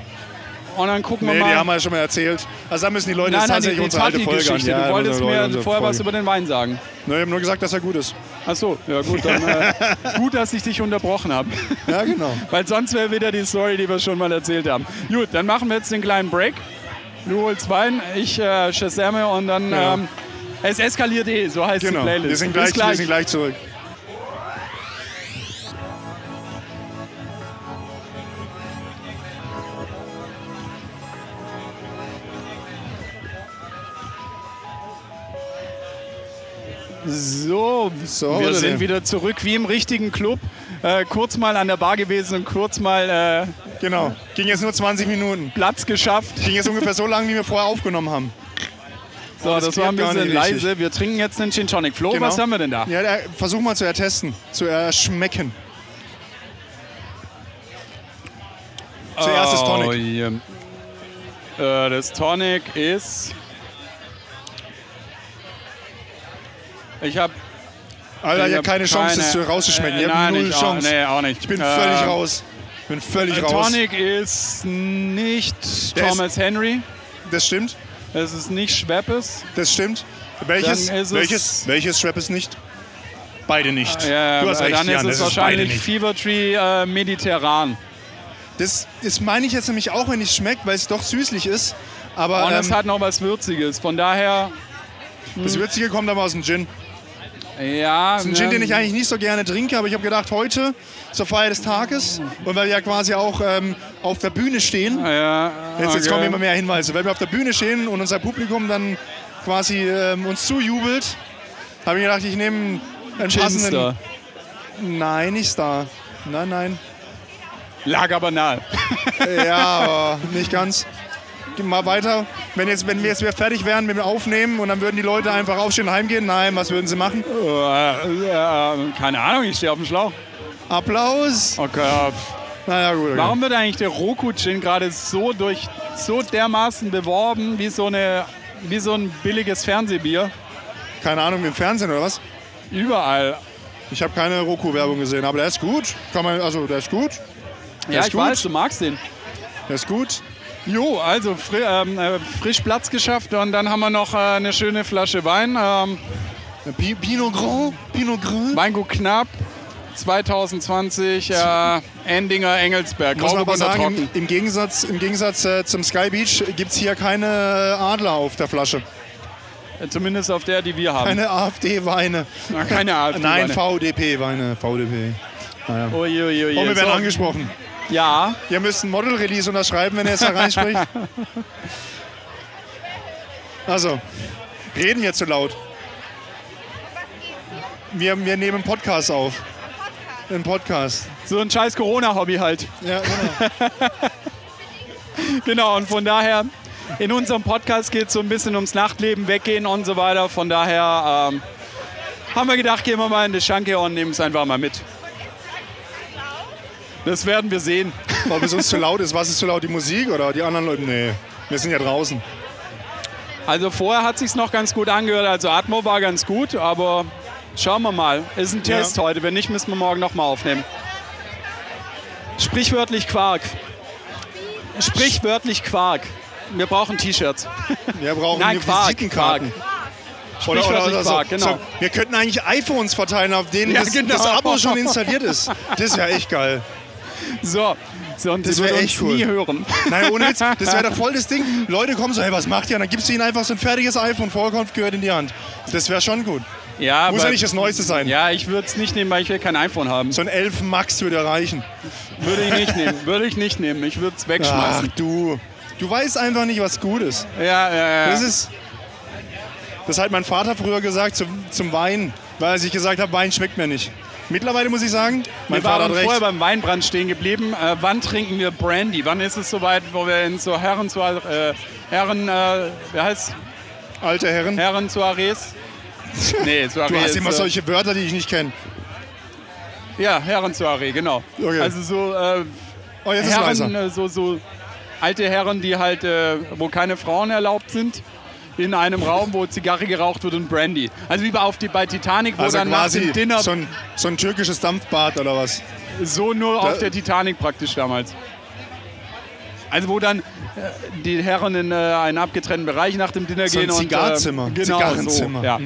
Und dann gucken Nee, wir die mal. haben wir schon mal erzählt. Also da müssen die Leute das nein, nein, die, tatsächlich die unsere alte Folge an. Partygeschichte. Ja, du wolltest unsere mir Leute, unsere vorher was Folge. über den Wein sagen. Ne, ich habe nur gesagt, dass er gut ist. Ach so, ja gut, dann äh, gut, dass ich dich unterbrochen habe. Ja, genau. Weil sonst wäre wieder die Story, die wir schon mal erzählt haben. Gut, dann machen wir jetzt den kleinen Break. Du holst Wein, ich äh, Shazame und dann. Ja. Ähm, es eskaliert eh, so heißt genau. die Playlist. Wir, sind Bis gleich, wir sind gleich zurück. So, So, wir oder sind denn? wieder zurück wie im richtigen Club. Äh, kurz mal an der Bar gewesen und kurz mal äh, Genau. Ging jetzt nur 20 Minuten. Platz geschafft. Ging jetzt ungefähr so lang, wie wir vorher aufgenommen haben. So, das, das war ein klappt gar bisschen nicht leise. richtig. Wir trinken jetzt einen Gin Tonic. Flo, Genau. was haben wir denn da? Ja, der, versuch mal zu ertesten, zu erschmecken. Zuerst das Tonic. Oh, je. Äh, das Tonic ist. Ich habe Alter, ich habe keine Chance, das zu rauszuschmecken. Ich habe null Äh, ich Chance. Auch, nee, auch nicht. äh, Ich bin völlig raus. Ich bin völlig raus. Ähm, Tonic ist nicht Der ist- Thomas Henry. Das stimmt, Es ist nicht Schweppes. das stimmt. Welches, Dann ist es- Ah, welches, welches Rap ist nicht? Beide nicht. Ja, du hast recht, Ähm, dann Jan, ist es das ist beide wahrscheinlich nicht. Fever Tree äh, Mediterran. Das, das meine ich jetzt nämlich auch, wenn es schmeckt, weil es doch süßlich ist. Aber Und es ähm, hat noch was Würziges. Von daher, das Würzige kommt aber aus dem Gin. ja. ähm, Ein Gin, den ich eigentlich nicht so gerne trinke, aber ich habe gedacht, heute zur Feier des Tages Mhm. und weil wir ja quasi auch ähm, auf der Bühne stehen, Ja, jetzt, jetzt okay. kommen immer mehr Hinweise, weil wir auf der Bühne stehen und unser Publikum dann quasi ähm, uns zujubelt, habe ich gedacht, ich nehme einen passenden... Ginster. Nein, nicht Star. Nein, nein. Lag aber nahe. Ja, aber nicht ganz. Geh Mal weiter. Wenn, jetzt, wenn wir jetzt wieder fertig wären mit dem Aufnehmen und dann würden die Leute einfach aufstehen und heimgehen, nein, was würden sie machen? Äh, äh, keine Ahnung, ich stehe auf dem Schlauch. Applaus. Okay. äh, Naja, gut. Okay. Warum wird eigentlich der Roku-Gin gerade so durch so dermaßen beworben wie so eine wie so ein billiges Fernsehbier? Keine Ahnung, im Fernsehen oder was? Überall. Ich habe keine Roku-Werbung gesehen, aber der ist gut. Kann man, also der ist gut. Ja, ist ich gut. weiß, du magst den. Der ist gut. Jo, also fri ähm, äh, frisch Platz geschafft und dann haben wir noch äh, eine schöne Flasche Wein. Ähm, Pi- Pinot Grand? Pinot Grand? Weingut Knapp 2020 äh, Endinger Engelsberg. Muss man aber Grauburgunder sagen, im, trocken. im Gegensatz, im Gegensatz äh, zum Sky Beach gibt es hier keine Adler auf der Flasche. Äh, Zumindest auf der, die wir haben. Keine AfD-Weine. Na, keine AfD. Nein, VDP-Weine. VDP. Uiuiui. Oh, wir werden So. angesprochen. Ja, Ihr müsst ein Model-Release unterschreiben, wenn ihr jetzt da reinspricht. Also, reden wir zu laut. Wir, wir nehmen einen Podcast auf. Einen Podcast. so ein scheiß Corona-Hobby halt. Ja, genau. Genau, und von daher, in unserem Podcast geht es so ein bisschen ums Nachtleben, Weggehen und so weiter. Von daher ähm, haben wir gedacht, gehen wir mal in die Schanke und nehmen es einfach mal mit. Das werden wir sehen. Ob es uns zu laut ist, was ist zu laut? Die Musik oder die anderen Leute? Nee, wir sind ja draußen. Also vorher hat sich's noch ganz gut angehört. Also Atmo war ganz gut, aber schauen wir mal. Ist ein Ja. Test heute. Wenn nicht, müssen wir morgen nochmal aufnehmen. Sprichwörtlich Quark. Sprichwörtlich Quark. Wir brauchen T-Shirts. Wir brauchen Nein, die Quark, Visitenkarten. Oder, oder, Sprichwörtlich oder so. Quark, genau. so. Wir könnten eigentlich iPhones verteilen, auf denen Ja, das, genau. das Abo schon installiert ist. Das wäre echt geil. So, sonst Das sie wird wär uns echt cool. nie hören. Nein, ohne Witz, das wäre doch voll das Ding. Leute kommen so, hey, was macht ihr? Und dann gibst du ihnen einfach so ein fertiges iPhone, Vorkunft gehört in die Hand. Das wäre schon gut. ja, Muss aber- ja nicht das Neueste sein. Ja, ich würde es nicht nehmen, weil ich will kein iPhone haben. So ein 11 Max würde erreichen. Würde ich nicht nehmen. Würde ich nicht nehmen. Ich würde es Ach wegschmeißen. du. Du weißt einfach nicht, was gut ist. Ja, ja, ja. Das ist. Das hat mein Vater früher gesagt zum, zum Wein, weil ich gesagt habe, Wein schmeckt mir nicht. Mittlerweile muss ich sagen, mein Wir Vater waren hat vorher recht. beim Weinbrand stehen geblieben. Äh, wann trinken wir Brandy? Wann ist es soweit, wo wir in so Herren, äh, Herren, äh, wie heißt Alte Herren. Herren Soirees Nee, Soiree Du hast ist, immer äh, solche Wörter, die ich nicht kenne. Ja, Herrensoiree, genau. Okay. Also so äh, Oh, jetzt ist es Herren, leiser. äh, so, so alte Herren, die halt, äh, wo keine Frauen erlaubt sind, in einem Raum, wo Zigarre geraucht wird und Brandy. Also wie bei, auf die, bei Titanic, wo Also dann nach quasi dem Dinner so so, ein, so ein türkisches Dampfbad oder was. nur auf Da- der Titanic praktisch damals. Also wo dann äh, die Herren in äh, einen abgetrennten Bereich nach dem Dinner So ein gehen und Zigarrenzimmer, äh, genau Zigarrenzimmer. so, Mm. ja.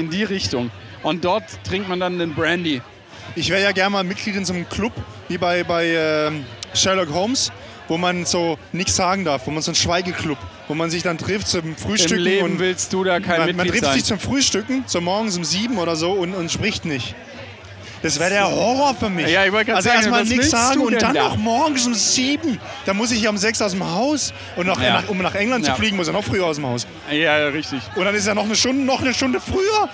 in die Richtung. Und dort trinkt man dann den Brandy. Ich wäre ja gerne mal Mitglied in so einem Club, wie bei, bei ähm, Sherlock Holmes, wo man so nichts sagen darf, wo man so ein Schweigeclub, wo man sich dann trifft zum Im Frühstücken. Leben und willst du da kein man, man Mitglied trifft sein. sich zum Frühstücken, so morgens um sieben oder so und, und spricht nicht. Das wäre der Horror für mich. Ja, ich wollte gerade also sagen, erstmal was nichts willst sagen du und denn dann da? noch morgens um sieben. Da muss ich ja um sechs aus dem Haus. Und noch, Ja. nach, um nach England Ja. zu fliegen, muss er noch früher aus dem Haus. Ja, ja, richtig. Und dann ist er noch eine Stunde, noch eine Stunde früher.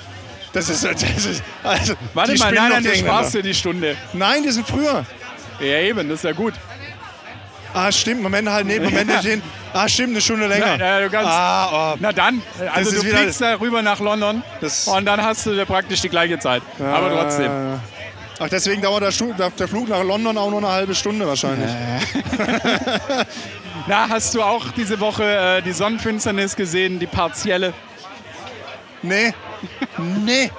Das ist, das ist also, Warte die mal, nein, spinnen doch nein, die das Engländer. sparst dir die Stunde. Nein, die sind früher. Ja, eben, das ist ja gut. Ah, stimmt, Moment halt, nee, Moment nicht hin. Ah, stimmt, eine Stunde länger. Nein, äh, ja, du kannst- ah, oh. Na dann, also ist du wieder- fliegst da rüber nach London Das- und dann hast du da praktisch die gleiche Zeit. Aber trotzdem. Äh, Ach, deswegen dauert der, Stu- der- der Flug nach London auch nur eine halbe Stunde wahrscheinlich. Na, hast du auch diese Woche äh, die Sonnenfinsternis gesehen, die partielle? Nee, nee.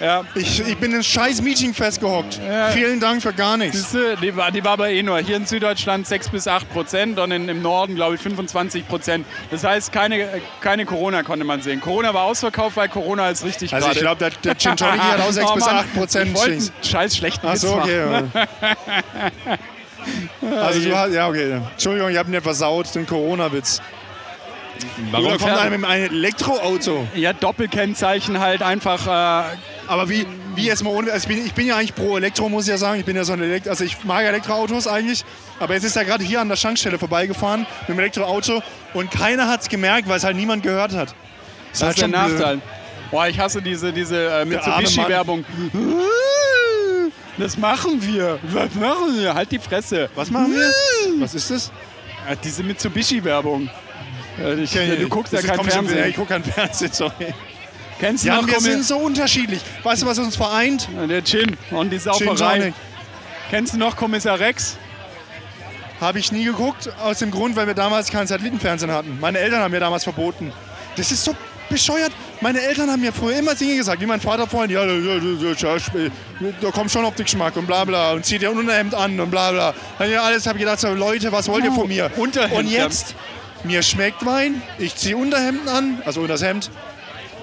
Ja. Ich, ich bin in scheiß Meeting festgehockt. Vielen Dank für gar nichts. Siehst du, Die war, die war aber eh nur hier in Süddeutschland 6 bis 8 Prozent und in, im Norden, glaube ich, 25 Prozent. Das heißt, keine, äh, keine Corona konnte man sehen. Corona war ausverkauft, weil Corona ist richtig Also ich gerade. glaube, der, der Gin Tonic hier hat auch 6 Oh bis Mann, 8 Prozent. Ich wollte einen scheiß schlechten Ach Witz so, machen. okay. ja. Also du hast, ja, okay. ja. Entschuldigung, ich habe mir versaut, den Corona-Witz. Oder kommt fährt- einem in ein Elektroauto? Ja, Doppelkennzeichen halt einfach. Äh, Aber wie, wie jetzt mal ohne. Also ich, bin, ich bin ja eigentlich pro Elektro, muss ich ja sagen. Ich bin ja so ein Elekt Also ich mag Elektroautos eigentlich. Aber jetzt ist er gerade hier an der Schankstelle vorbeigefahren mit dem Elektroauto und keiner hat es gemerkt, weil es halt niemand gehört hat. das halt ist der schon blöd. Nachteil. Boah, ich hasse diese, diese äh, Der arme Mitsubishi-Werbung. Das machen wir. Was machen wir? Halt die Fresse. Was machen wir? Was ist das? Äh, Diese Mitsubishi-Werbung. Äh, ich- Du guckst ja Das ist- kein komm schon wieder. Fernsehen. Ich guck kein Fernsehen, sorry. Kennst du Ja, noch wir Komi- sind so unterschiedlich. Weißt du, was uns vereint? der Gin und die Gin Sauferei. Tonic. Kennst du noch Kommissar Rex? Habe ich nie geguckt, aus dem Grund, weil wir damals keinen Satellitenfernsehen hatten. Meine Eltern haben mir damals verboten. Das ist so bescheuert. Meine Eltern haben mir früher immer Dinge gesagt, wie mein Vater vorhin, ja, ja, ja, ja, ja, da kommt schon auf den Geschmack und bla bla und zieht ihr Unterhemd an und bla bla. Dann ja, alles habe ich gedacht, so, Leute, was wollt ihr von mir? Oh, Unterhemd, und jetzt, mir schmeckt Wein, ich ziehe Unterhemden an, also unter das Hemd.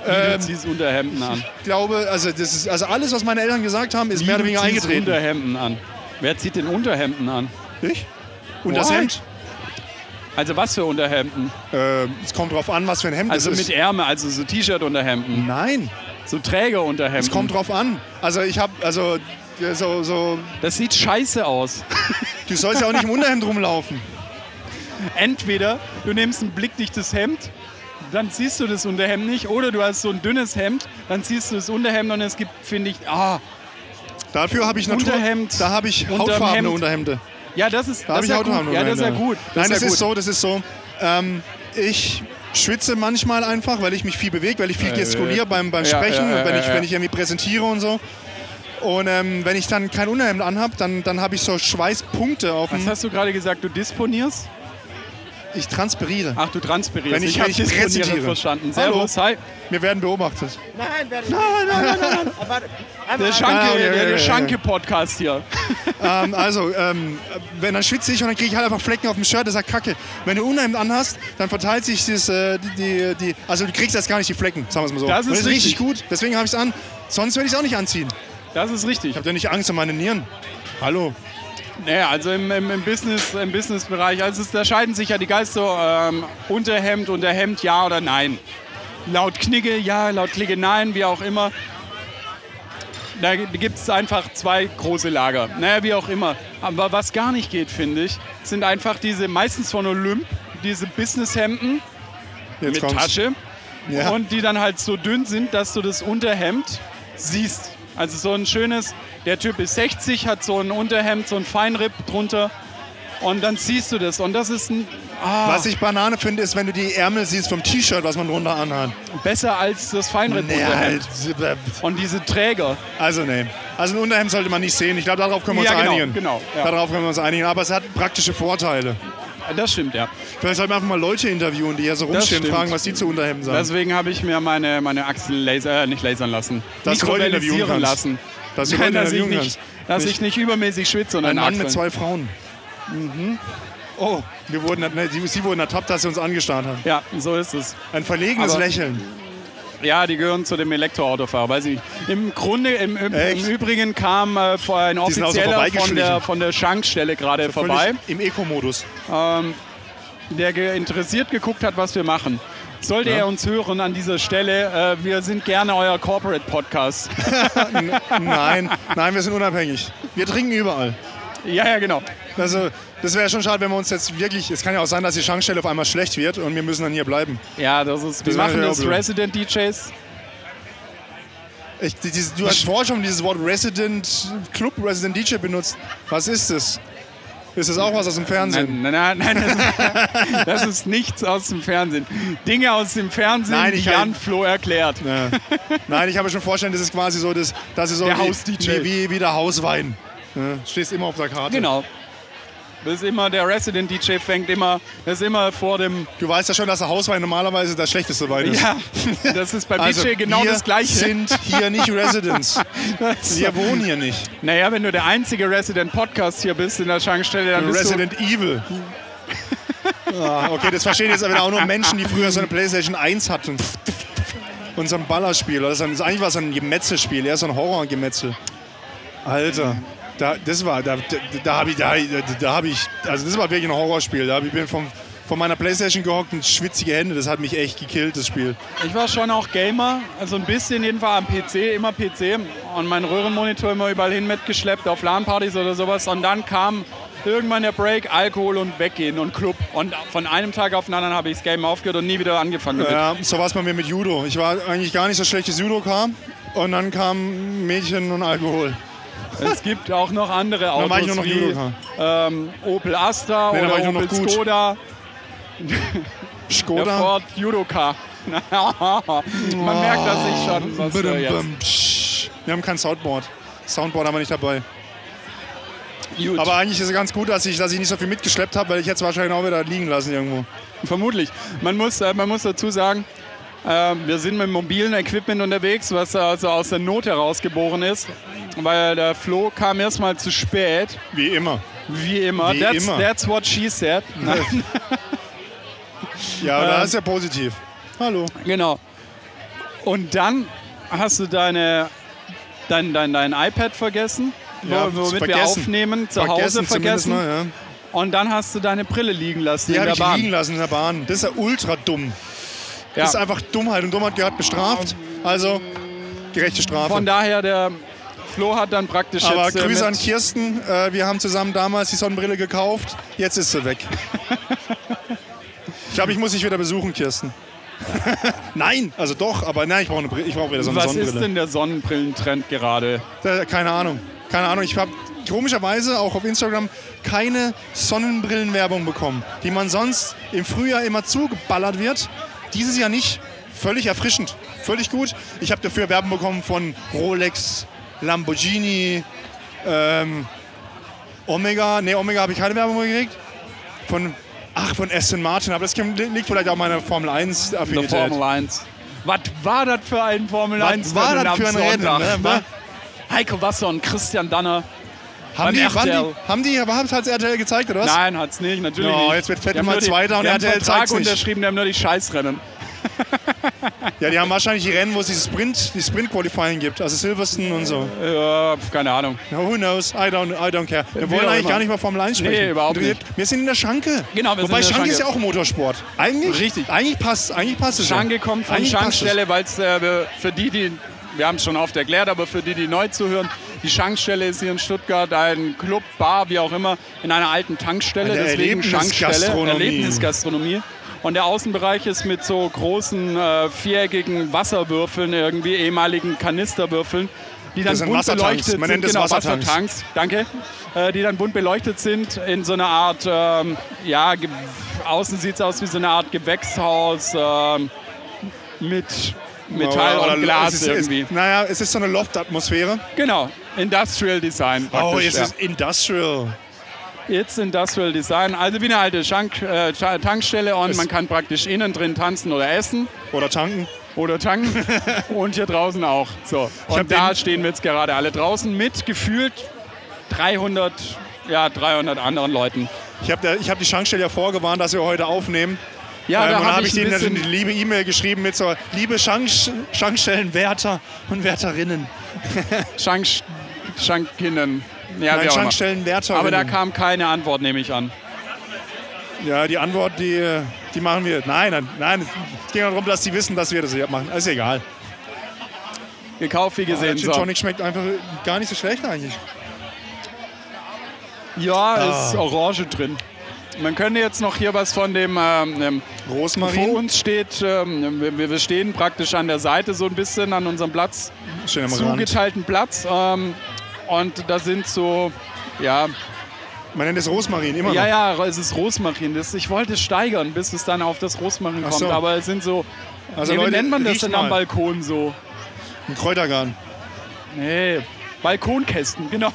Ähm, du ziehst Unterhemden an. Ich glaube, also, das ist, also alles, was meine Eltern gesagt haben, ist mehr oder weniger Du ziehst eingetreten. Unterhemden an. Wer zieht denn Unterhemden an? Ich? Und das Why? Hemd? Also was für Unterhemden? Äh, es kommt drauf an, was für ein Hemd Also es mit ist. Ärmel, also so T-Shirt-Unterhemden, Nein. so Trägerunterhemden. Es kommt drauf an. Also ich habe, also ja, so, so, Das sieht scheiße aus. du sollst ja auch nicht im Unterhemd rumlaufen. Entweder du nimmst ein blickdichtes Hemd, dann ziehst du das Unterhemd nicht, oder du hast so ein dünnes Hemd, dann ziehst du das Unterhemd und es gibt, finde ich, ah, Dafür habe ich Natur, Unterhemd, da habe ich unterm hautfarbene Hemd. Unterhemde. ja, das ist, das Da habe ist ich ja hautfarbene gut. Ja, das ist ja Unterhemde. gut. Nein, das ja ist gut. so, das ist so. Ähm, ich schwitze manchmal einfach, weil ich mich viel bewege, weil ich viel gestikuliere beim, beim ja, Sprechen, ja, ja, wenn, ja, ich, ja. wenn ich irgendwie präsentiere und so. Und ähm, wenn ich dann kein Unterhemd anhab, dann, dann habe ich so Schweißpunkte auf Was dem... hast du gerade gesagt? Du disponierst? Ich transpiriere. Ach, du transparierst. Wenn ich- hab wenn ich disponieren präsentiere. verstanden. Hallo. Servus, hi. Wir werden beobachtet. Nein, werde ich nicht. Nein, nein, nein, nein. Aber, aber, Der Schanke, Ah, okay, der, okay, der okay. Schanke-Podcast hier. ähm, also, ähm, wenn dann schwitze ich und dann kriege ich halt einfach Flecken auf dem Shirt, das ist halt kacke. Wenn du Unheimlich anhast, dann verteilt sich das, äh, die, die, die, also du kriegst erst gar nicht die Flecken, sagen wir es mal so. Das ist Und richtig richtig. gut, deswegen habe ich es an. Sonst würde ich es auch nicht anziehen. Das ist richtig. Ich habe ja nicht Angst um meine Nieren. Hallo. Naja, also im, im, im Business, im Businessbereich, also es, da scheiden sich ja die Geister ähm, Unterhemd, Unterhemd, ja oder nein. Laut Knigge, ja, laut Klicke, nein, wie auch immer. Da gibt es einfach zwei große Lager. Naja, wie auch immer. Aber was gar nicht geht, finde ich, sind einfach diese, meistens von Olymp, diese Businesshemden Jetzt mit kommt's. Tasche. Ja. Und die dann halt so dünn sind, dass du das Unterhemd siehst. Also so ein schönes, der Typ ist 60, hat so ein Unterhemd, so ein Feinripp drunter und dann siehst du das. Und das ist ein, Was ich Banane finde, ist, wenn du die Ärmel siehst vom T-Shirt, was man drunter anhat. Besser als das Feinripp Nee, Unterhemd. halt. Und diese Träger. Also nee. Also ein Unterhemd sollte man nicht sehen. Ich glaube, darauf können wir Ja, uns genau, einigen. genau, ja. Darauf können wir uns einigen. Aber es hat praktische Vorteile. Das stimmt, ja. Vielleicht sollten wir einfach mal Leute interviewen, die hier so rumstehen und stimmt. fragen, was die zu Unterhemden sagen. Deswegen habe ich mir meine, meine Achseln laser, äh, nicht lasern lassen. Dass du Leute interviewen Mikrowellisieren kannst. lassen. Dass du Nein, Leute dass ich, interviewen nicht, kannst. dass Nicht- ich nicht übermäßig schwitze und Ein an Mann mit Achseln. zwei Frauen. Oh, wir wurden, ne, die, sie wurden ertappt, dass sie uns angestarrt haben. Ja, so ist es. Ein verlegenes Aber- Lächeln. Ja, die gehören zu dem Elektroautofahrer, weiß ich nicht. Im Grunde, im, im, im Echt? Übrigen kam äh, vor ein sind auch so Offizieller von der, vorbeigeschlichen. von der Schankstelle gerade vorbei, Völlig Im Eco-Modus. der ge interessiert geguckt hat, was wir machen. Sollte er uns hören an dieser Stelle, äh, wir sind gerne euer Corporate Podcast. Nein, nein, wir sind unabhängig. Wir trinken überall. ja, ja, genau. Also, das wäre schon schade, wenn wir uns jetzt wirklich. Es kann ja auch sein, dass die Schankstelle auf einmal schlecht wird und wir müssen dann hier bleiben. Ja, das ist. Wir Das machen wäre ja das blöd. Resident DJs. Ich, die- dieses, du hast vorher schon dieses Wort Resident Club, Resident DJ benutzt. Was ist das? Ist das auch was aus dem Fernsehen? Nein, nein, nein, nein das, das ist nichts aus dem Fernsehen. Dinge aus dem Fernsehen, Nein, die ich halt- Jan kann- Flo erklärt. Ja. Äh. Nein, ich habe mir schon vorstellen, das ist quasi so, das, das ist so Der wie, Haus-DJ. Wie, wie, wie der Hauswein. Ja, stehst immer auf der Karte. Genau. Das ist immer der Resident DJ fängt immer, das ist immer vor dem. Du weißt ja schon, dass der Hauswein normalerweise der schlechteste Wein ist. Ja, das ist beim DJ genau Also wir das Gleiche. sind hier nicht Residents. Wir wohnen hier nicht. Naja, wenn du der einzige Resident Podcast hier bist in der Schankstelle, dann bist Resident Evil. Ah, okay, das verstehen jetzt aber auch nur Menschen, die früher so eine Playstation 1 hatten. Und so ein Ballerspiel. Das ist ein- das ist eigentlich was ein Gemetzelspiel. Eher so ein Horrorgemetzel. Alter. Da, das war, da, da, da habe ich, da, da, da hab ich, also das war wirklich ein Horrorspiel. Da hab ich bin vom, von meiner Playstation gehockt und schwitzige Hände. Das hat mich echt gekillt, das Spiel. du. Ich war schon auch Gamer, also ein bisschen jedenfalls am PC, immer PC und meinen Röhrenmonitor immer überall hin mitgeschleppt auf LAN-Partys oder sowas. Und dann kam irgendwann der Break, Alkohol und Weggehen und Club. Und von einem Tag auf den anderen habe ich das Game aufgehört und nie wieder angefangen. damit. Ja, so war es bei mir mit Judo. Ich war eigentlich gar nicht so schlechtes Judo kam und dann kam Mädchen und Alkohol. Es gibt auch noch andere Autos mach ich nur noch wie Judoka. ähm, Opel Astra Nee, dann mach ich oder nur noch Opel gut. Skoda. Der Skoda. Ford Judoka. Man merkt das nicht schon. Was wir jetzt. Wir haben kein Soundboard. Soundboard haben wir nicht dabei. Gut. Aber eigentlich ist es ganz gut, dass ich, dass ich nicht so viel mitgeschleppt habe, weil ich jetzt wahrscheinlich auch wieder liegen lassen irgendwo. Vermutlich. Man muss, äh, man muss dazu sagen, äh, wir sind mit mobilen Equipment unterwegs, was also aus der Not herausgeboren ist. Weil der Flo kam erstmal zu spät, Wie immer. wie immer. Wie that's, immer. that's what she said. Nein, Ja, aber das ist ja positiv. Hallo. genau. Und dann hast du deine, dein, dein, dein iPad vergessen, Ja, wo- womit wir vergessen. aufnehmen, zu Hause zumindest vergessen. Mal, ja. Und dann hast du deine Brille liegen lassen Die in habe der ich Bahn. liegen lassen in der Bahn. Das ist ja ultra dumm. Ja. Das ist einfach Dummheit und Dummheit gehört bestraft. Also gerechte Strafe. Von daher, der Flo hat dann praktisch aber jetzt... äh, Grüße an mit- Kirsten. Äh, wir haben zusammen damals die Sonnenbrille gekauft. Jetzt ist sie weg. ich glaube, ich muss dich wieder besuchen, Kirsten. nein, also doch, aber nein, ich brauche eine Brille- ich brauche wieder so eine Was ist Sonnenbrille. denn der Sonnenbrillentrend gerade? Da- Keine Ahnung. Keine Ahnung. Ich habe komischerweise auch auf Instagram keine Sonnenbrillenwerbung bekommen, die man sonst im Frühjahr immer zugeballert wird. Dieses Jahr nicht. Völlig erfrischend. Völlig gut. Ich habe dafür Werbung bekommen von Rolex, Lamborghini, ähm, Omega. Ne, Omega habe ich keine Werbung gekriegt. Von, ach, von Aston Martin. Aber das liegt vielleicht auch meiner Formel 1-Affinität. Der Formel 1. Was war das für ein Formel Was 1 war das am für ein Rennen, Sonntag, ne? Was? Heiko Wasser und Christian Danner. Haben die, beim haben RTL. die, haben die, haben die RTL gezeigt, oder was? Nein, hat's nicht, natürlich Ja, nicht. jetzt wird Vettel Die haben mal nur die- Zweiter und die haben RTL einen Vertrag zeigt's nicht. unterschrieben, die haben nur die Scheißrennen. Ja, die haben wahrscheinlich die Rennen, wo es dieses Sprint, die Sprint-Qualifying gibt, also Silverstone und so. Ja, pf, keine Ahnung. Who knows? I don't, I don't care. Wir Wie wollen auch eigentlich immer. gar nicht mehr Formel 1 sprechen. Nee, überhaupt Interessiert- Wir sind in der Schranke. Genau, wir sind Wobei in der Schranke ist Schranke. ja auch Motorsport. Eigentlich, Richtig. Eigentlich passt, eigentlich passt es schon. Schranke kommt von Eigentlich passt es. Schankstelle, weil es äh, für die, die, wir haben es schon oft erklärt, aber für die, die neu zuhören, die Schankstelle ist hier in Stuttgart ein Club, Bar, wie auch immer, in einer alten Tankstelle, Eine deswegen Schankstelle, Erlebnisgastronomie. Erlebnisgastronomie. Und der Außenbereich ist mit so großen äh, viereckigen Wasserwürfeln, irgendwie ehemaligen Kanisterwürfeln die dann Das sind bunt Wassertanks. beleuchtet sind. Man nennt es genau, Wassertanks. Wassertanks, danke. Äh, die dann bunt beleuchtet sind in so einer Art, ähm, ja, ge- außen sieht es aus wie so eine Art Gewächshaus ähm, mit Metall Oder- und oder- Glas Oh, es ist, irgendwie. Es, naja, es ist so eine Loftatmosphäre. genau, Industrial Design praktisch. Oh, jetzt ja. ist Industrial. It's Industrial Design, also wie eine alte Schank, äh, Scha- Tankstelle und man kann praktisch innen drin tanzen oder essen Oder tanken. oder tanken und hier draußen auch. So. hab Und da den- stehen wir jetzt gerade alle draußen mit gefühlt 300, ja, 300 anderen Leuten. Ich habe hab die Schankstelle ja vorgewarnt, dass wir heute aufnehmen. Ja, ähm, da und dann habe habe ich ich ein denen bisschen, eine liebe E-Mail geschrieben mit so, liebe Schank Schankstellenwärter und Wärterinnen. Schank, Schankinnen. Ja, wie Nein, auch immer. Schankstellenwärterinnen. Aber da kam keine Antwort, nehme ich an. Ja, die Antwort, die, äh, die machen wir. Nein, nein, nein. Es ging darum, dass die wissen, dass wir das hier machen. Ist egal. Gekauft, wie Der gesehen. Gin so. Tonic schmeckt einfach gar nicht so schlecht eigentlich. Ah. Ja, ist Orange drin. Man könnte jetzt noch hier was von dem ähm, ähm, Vor Rosmarin. uns steht, ähm, wir, wir stehen praktisch an der Seite so ein bisschen an unserem Platz, Schön am Rand. zugeteilten Platz. Ähm, und da sind so, ja, Man nennt es Rosmarin immer ja, noch. ja, es ist Rosmarin. Das, ich wollte es steigern, bis es dann auf das Rosmarin Ach kommt. so. Aber es sind so, Also nee, wie Leute, nennt man das riecht denn mal. am Balkon so? Ein Kräutergarn. Nee, Balkonkästen, genau.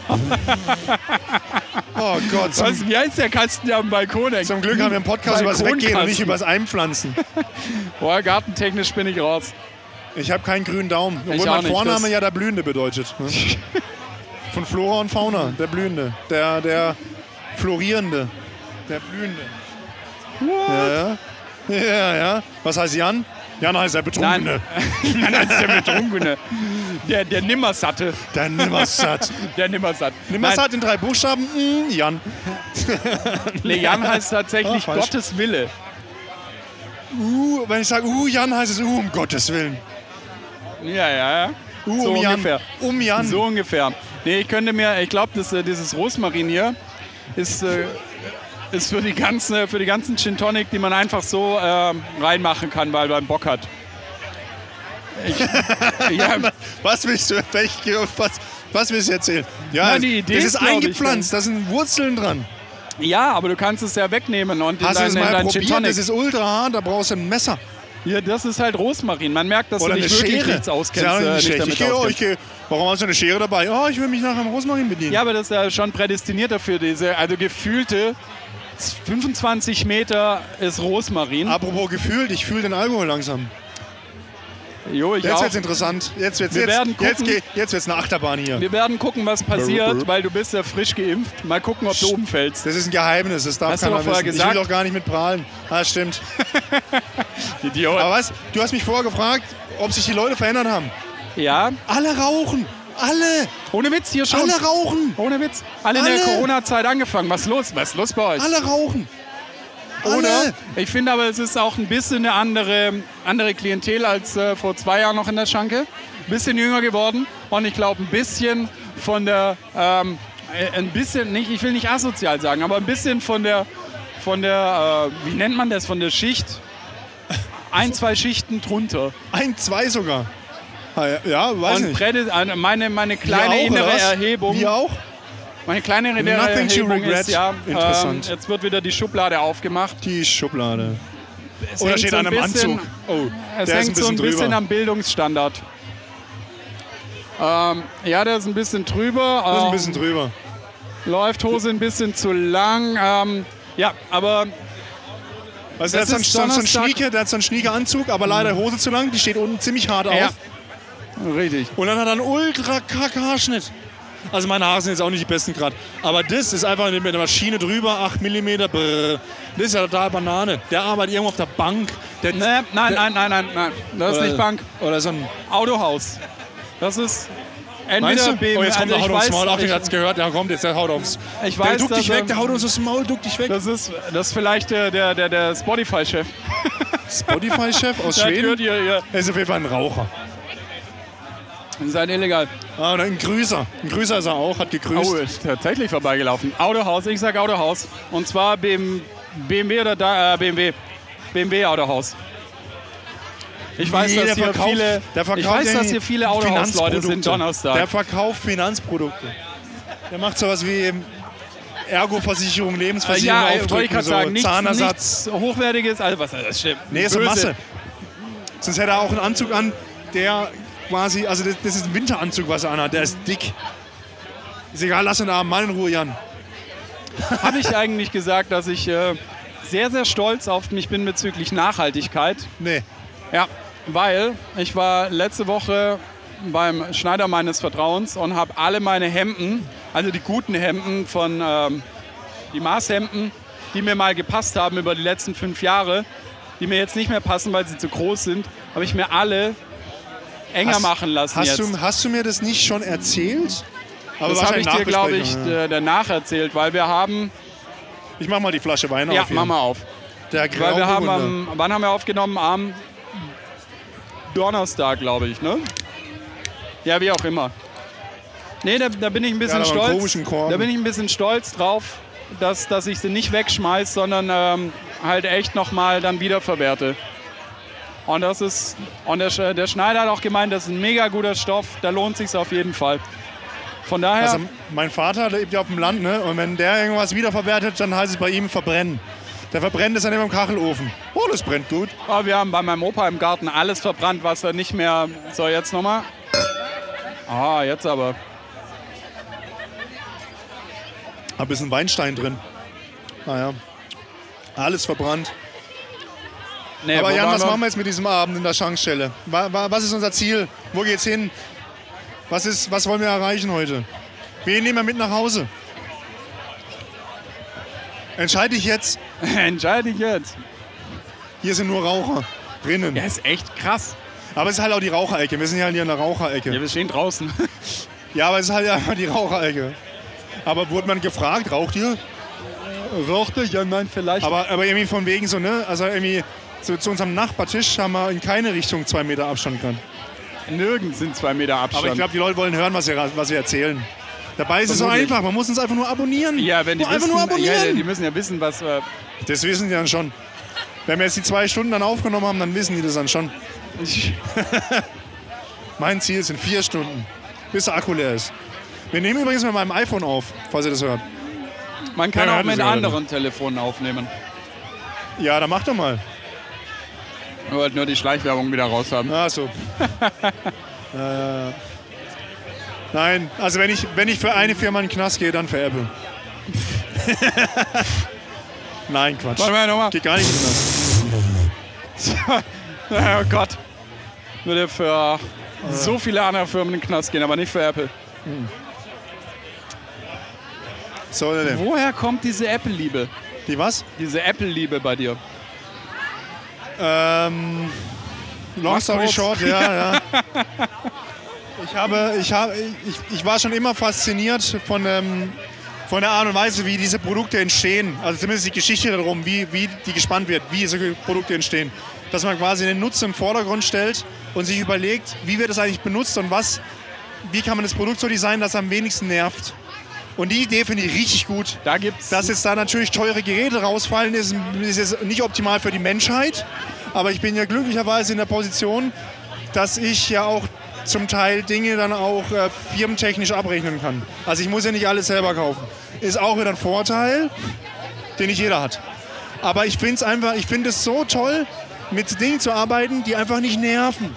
Oh Gott, zum, Was, wie heißt der Kasten, der am Balkon hängt? zum Glück haben wir einen Podcast über das Weggehen und Balkonkasten. nicht über das Einpflanzen. Boah, gartentechnisch bin ich raus. Ich habe keinen grünen Daumen. Obwohl auch mein nicht, Vorname das- ja der Blühende bedeutet. ne? Von Flora und Fauna, der Blühende. Der, der Florierende. Der Blühende. Ja, ja. Ja, ja. Was heißt Jan? Jan heißt der Betrunkene. Nein, das ist der Betrunkene. Der, der Nimmersatte. Der Nimmersatt. Der Nimmersatt. Nein, Nimmersatt in drei Buchstaben? Mm, Jan. Nee, Jan heißt tatsächlich Ah, falsch. Gottes Wille. Uh, wenn ich sage, uh, Jan heißt es, uh, um Gottes Willen. Ja, ja, ja. Uh, So um Jan. ungefähr. Um Jan. So ungefähr. Nee, ich könnte mir, ich glaube, äh, dieses Rosmarin hier ist, äh, ist für, die ganzen, äh, für die ganzen Gin Tonic, die man einfach so ähm, reinmachen kann, weil man Bock hat. Ich, ja, Was willst du, welche- was, was willst du erzählen? Ja, Nein, die Idee das ist, ist glaub ich, eingepflanzt, da sind Wurzeln dran. ja, aber du kannst es ja wegnehmen und in Hast du dein, das in mal dein Gin probiert? Tonic. Das ist ultra hart, da brauchst du ein Messer ja, das ist halt Rosmarin. Man merkt, dass oder du eine dich wirklich Schere. nichts auskennst. äh, Ja, nicht nicht schlecht. damit ich gehe, oh, auskennst. ich gehe. Warum hast du eine Schere dabei? Oh, ich will mich nachher am Rosmarin bedienen. Ja, aber das ist ja schon prädestiniert dafür. Diese, also gefühlte 25 Meter ist Rosmarin. Apropos gefühlt, ich fühle den Alkohol langsam. jo, ich Jetzt auch. wird's interessant. Jetzt wird's, Wir jetzt, werden gucken. jetzt, geh- jetzt wird's eine Achterbahn hier. Wir werden gucken, was passiert, weil du bist ja frisch geimpft. Mal gucken, ob du umfällst. Das ist ein Geheimnis, das darf Hast du keiner doch vorher wissen. Ich gesagt. will doch gar nicht mit prahlen. Ah, stimmt. Idiot. Aber was? Du hast mich vorher gefragt, ob sich die Leute verändert haben. Ja, Alle rauchen. Alle. ohne Witz hier schon. Alle rauchen. Ohne Witz. Alle, in der Alle. Corona-Zeit angefangen. Was ist los? Was ist los bei euch? Alle rauchen. Oder? Alle. Ich finde aber, es ist auch ein bisschen eine andere, andere Klientel als äh, vor zwei Jahren noch in der Schanke. Ein bisschen jünger geworden und ich glaube, ein bisschen von der, ähm, äh, ein bisschen, nicht, ich will nicht asozial sagen, aber ein bisschen von der, von der äh, wie nennt man das, von der Schicht, ein, zwei Schichten drunter. Ein, zwei sogar. Ah, ja, Ja, weiß Und nicht. Prede, äh, meine, meine Wir kleine auch, oder innere was? Erhebung, Wir auch? meine kleine innere Nothing to Erhebung regret. ist ja, ähm, Interessant. jetzt wird wieder die Schublade aufgemacht. Die Schublade. Es Oder hängt steht so an ein einem bisschen- Anzug. Oh, Es der hängt ist ein so ein bisschen bisschen drüber. am Bildungsstandard. Ähm, ja, der ist ein bisschen drüber. Das ist ein ähm, bisschen drüber. läuft Hose ein bisschen zu lang. Ähm, ja, aber Also der Das hat, so einen, ist so einen Donnerstag. Mhm. Schnieke, der hat so einen Schnieke-Anzug, aber leider Hose zu lang. Die steht unten ziemlich hart auf. ja. Richtig. Und dann hat er einen ultra kack Haarschnitt. Also meine Haare sind jetzt auch nicht die besten gerade. Aber das ist einfach mit einer Maschine drüber, 8 mm. Brrr. Das ist ja total Banane. Der arbeitet irgendwo auf der Bank. Der Nee, nein, nein, nein, nein, nein. Das ist Oder- nicht Bank. Oder so ein. Autohaus. Das ist entweder Meinst du? BMW. Oh, jetzt kommt der also Haut ich aufs weiß, Maul. Ach, ich- der hat's gehört. Der kommt jetzt, der haut aufs. Ich der weiß, duckt dich dass, weg, der haut uns aufs Maul, duckt dich weg. Das ist, das ist vielleicht der, der, der, der Spotify-Chef. Spotify-Chef aus Da hört ihr, ihr. Er ist auf jeden Fall ein Raucher. Seid illegal. Ah, und ein Grüßer. Ein Grüßer ist er auch, hat gegrüßt. Oh, ist tatsächlich vorbeigelaufen. Autohaus, ich sag Autohaus. Und zwar BM, BMW oder da, äh, BMW. BMW Autohaus. Ich weiß, Nee, dass der hier verkauft- viele, der ich verkauft weiß, dass den hier viele Autohausleute sind Finanzprodukte. Der Donnerstag. verkauft Finanzprodukte. Der macht sowas wie Ergo-Versicherung, Äh, Lebensversicherung, ja, aufdrücken, wollte ich gerade so sagen, nichts, Zahnersatz. nichts Hochwertiges, also was das stimmt. nee, ist eine Böse. Masse. Sonst hätte er auch einen Anzug an, der quasi, also das, das ist ein Winteranzug, was er anhat, der ist dick. Ist egal, lass ihn da, Mann in Ruhe, Jan. Habe ich eigentlich gesagt, dass ich äh, sehr, sehr stolz auf mich bin bezüglich Nachhaltigkeit. Nee. Ja, weil ich war letzte Woche beim Schneider meines Vertrauens und habe alle meine Hemden, also die guten Hemden von ähm, die Maßhemden, die mir mal gepasst haben über die letzten fünf Jahre, die mir jetzt nicht mehr passen, weil sie zu groß sind, habe ich mir alle enger Hast- machen lassen Hast jetzt. du, hast du mir das nicht schon erzählt? Aber das habe ich wahrscheinlich dir, glaube ich, Nachbesprechung, ja. d- danach erzählt, weil wir haben. Ich mach mal die Flasche Wein Ja, auf. hier. mach mal auf. Der Weil wir haben Grauburgunder. am, wann haben wir aufgenommen? Am Donnerstag, glaube ich, ne? Ja, wie auch immer. Nee, da, da bin ich ein bisschen da war ein stolz. komischen Korken. Da bin ich ein bisschen stolz drauf, dass, dass ich sie nicht wegschmeiß, sondern ähm, halt echt nochmal dann wiederverwerte. Und das ist. Und der, Sch- der Schneider hat auch gemeint, das ist ein mega guter Stoff, da lohnt sich's auf jeden Fall. Von daher. Also mein Vater lebt ja auf dem Land, ne? Und wenn der irgendwas wiederverwertet, dann heißt es bei ihm verbrennen. Der verbrennt es dann immer im Kachelofen. Oh, das brennt gut. Oh, wir haben bei meinem Opa im Garten alles verbrannt, was er nicht mehr. So, jetzt nochmal. Ah, jetzt aber. Hab ein bisschen Weinstein drin. Naja. Alles verbrannt. Nee, wo Aber Jan, waren was wir? machen wir jetzt mit diesem Abend in der Schankstelle? Wa- wa- Was ist unser Ziel? Wo geht's hin? Was, ist, was wollen wir erreichen heute? Wen nehmen wir mit nach Hause? Entscheide ich jetzt. Entscheide dich jetzt. Hier sind nur Raucher. Drinnen. Ja, ist echt krass. Aber es ist halt auch die Raucherecke. Wir sind ja hier in der Raucherecke. Ja, wir stehen draußen. Ja, aber es ist halt einfach die Raucherecke. Aber wurde man gefragt, raucht ihr? Rauchte? Ja, nein, vielleicht. Aber, aber irgendwie von wegen so, ne? Also irgendwie zu, zu unserem Nachbartisch haben wir in keine Richtung zwei Meter Abstand können. nirgends sind zwei Meter Abstand. Aber ich glaube, die Leute wollen hören, was wir, was wir erzählen. Dabei ist es so Vermutlich. einfach. Man muss uns einfach nur abonnieren. ja, wenn die nur einfach wissen, nur ja, ja, abonnieren. die müssen ja wissen, was. Äh, das wissen die dann schon. Wenn wir jetzt die zwei Stunden dann aufgenommen haben, dann wissen die das dann schon. Mein Ziel sind vier Stunden, bis der Akku leer ist. Wir nehmen übrigens mit meinem iPhone auf, falls ihr das hört. man kann Ja, auch hatten mit sie gerade anderen Telefonen aufnehmen. Ja, dann mach doch mal. Wir wollten nur die Schleichwerbung wieder raus haben. Ach so. äh, nein, also wenn ich, wenn ich für eine Firma in den Knast gehe, dann für Apple. nein, Quatsch. Warte mal nochmal. Geht gar nicht in den Knast. Oh Gott. Würde für so viele andere Firmen in den Knast gehen, aber nicht für Apple. So, Leute. Woher kommt diese Apple-Liebe? Die was? Diese Apple-Liebe bei dir? Ähm, long Mach's story kurz. short, ja, ja. Ich, habe, ich, habe, ich, ich war schon immer fasziniert von, ähm, von der Art und Weise, wie diese Produkte entstehen. Also zumindest die Geschichte darum, wie, wie die gespannt wird, wie solche Produkte entstehen. Dass man quasi den Nutzen im Vordergrund stellt und sich überlegt, wie wird das eigentlich benutzt und was, wie kann man das Produkt so designen, dass es am wenigsten nervt. Und die Idee finde ich richtig gut. Da gibt's. Dass jetzt da natürlich teure Geräte rausfallen, ist, ist jetzt nicht optimal für die Menschheit. Aber ich bin ja glücklicherweise in der Position, dass ich ja auch zum Teil Dinge dann auch äh, firmentechnisch abrechnen kann. Also ich muss ja nicht alles selber kaufen. Ist auch wieder ein Vorteil, den nicht jeder hat. Aber ich finde es einfach, ich finde es so toll, mit Dingen zu arbeiten, die einfach nicht nerven.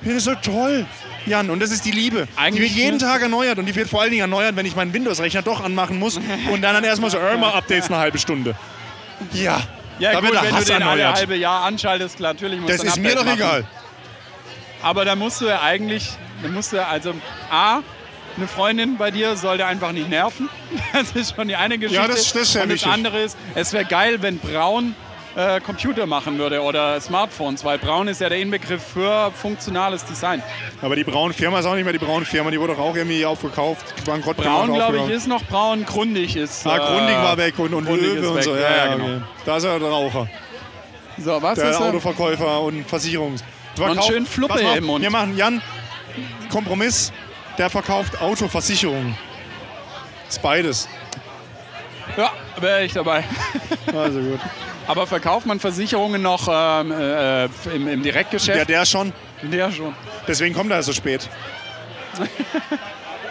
Ich finde es so toll, Jan. Und das ist die Liebe. die Eigentlich wird jeden müsste- Tag erneuert. Und die wird vor allen Dingen erneuert, wenn ich meinen Windows-Rechner doch anmachen muss und dann, dann erstmal so Irma-Updates eine halbe Stunde. Ja, ja, da gut, wird der wenn Hass du den alle erneuert. halbe Jahr anschaltest, klar, natürlich musst Das du ein ist mir Update doch machen. egal. Aber da musst du ja eigentlich, da musst du also A, eine Freundin bei dir sollte einfach nicht nerven. Das ist schon die eine Geschichte. das- das ist sehr Und das wichtig. andere ist, es wäre geil, wenn Braun äh, Computer machen würde oder Smartphones, weil Braun ist ja der Inbegriff für funktionales Design. Aber die braune Firma ist auch nicht mehr die braune Firma, die wurde doch auch irgendwie aufgekauft, bankrott Braun, gemacht, glaube ich, aufgekauft. ist noch Braun, Grundig ist. Ah, äh, Grundig war weg und, und Grundig Löwe ist und weg. so. Ja, ja, genau. okay. Da ist er der Raucher. So, was Der ist er? Autoverkäufer und Versicherungs. Verkauf- schön Fluppe Pass mal auf, im Mund. Wir machen Jan Kompromiss. Der verkauft Autoversicherungen. Ist beides. Ja, wäre ich dabei. Also gut. Aber verkauft man Versicherungen noch ähm, äh, im, im Ja, Direktgeschäft? der schon. der, schon. Deswegen kommt er so spät.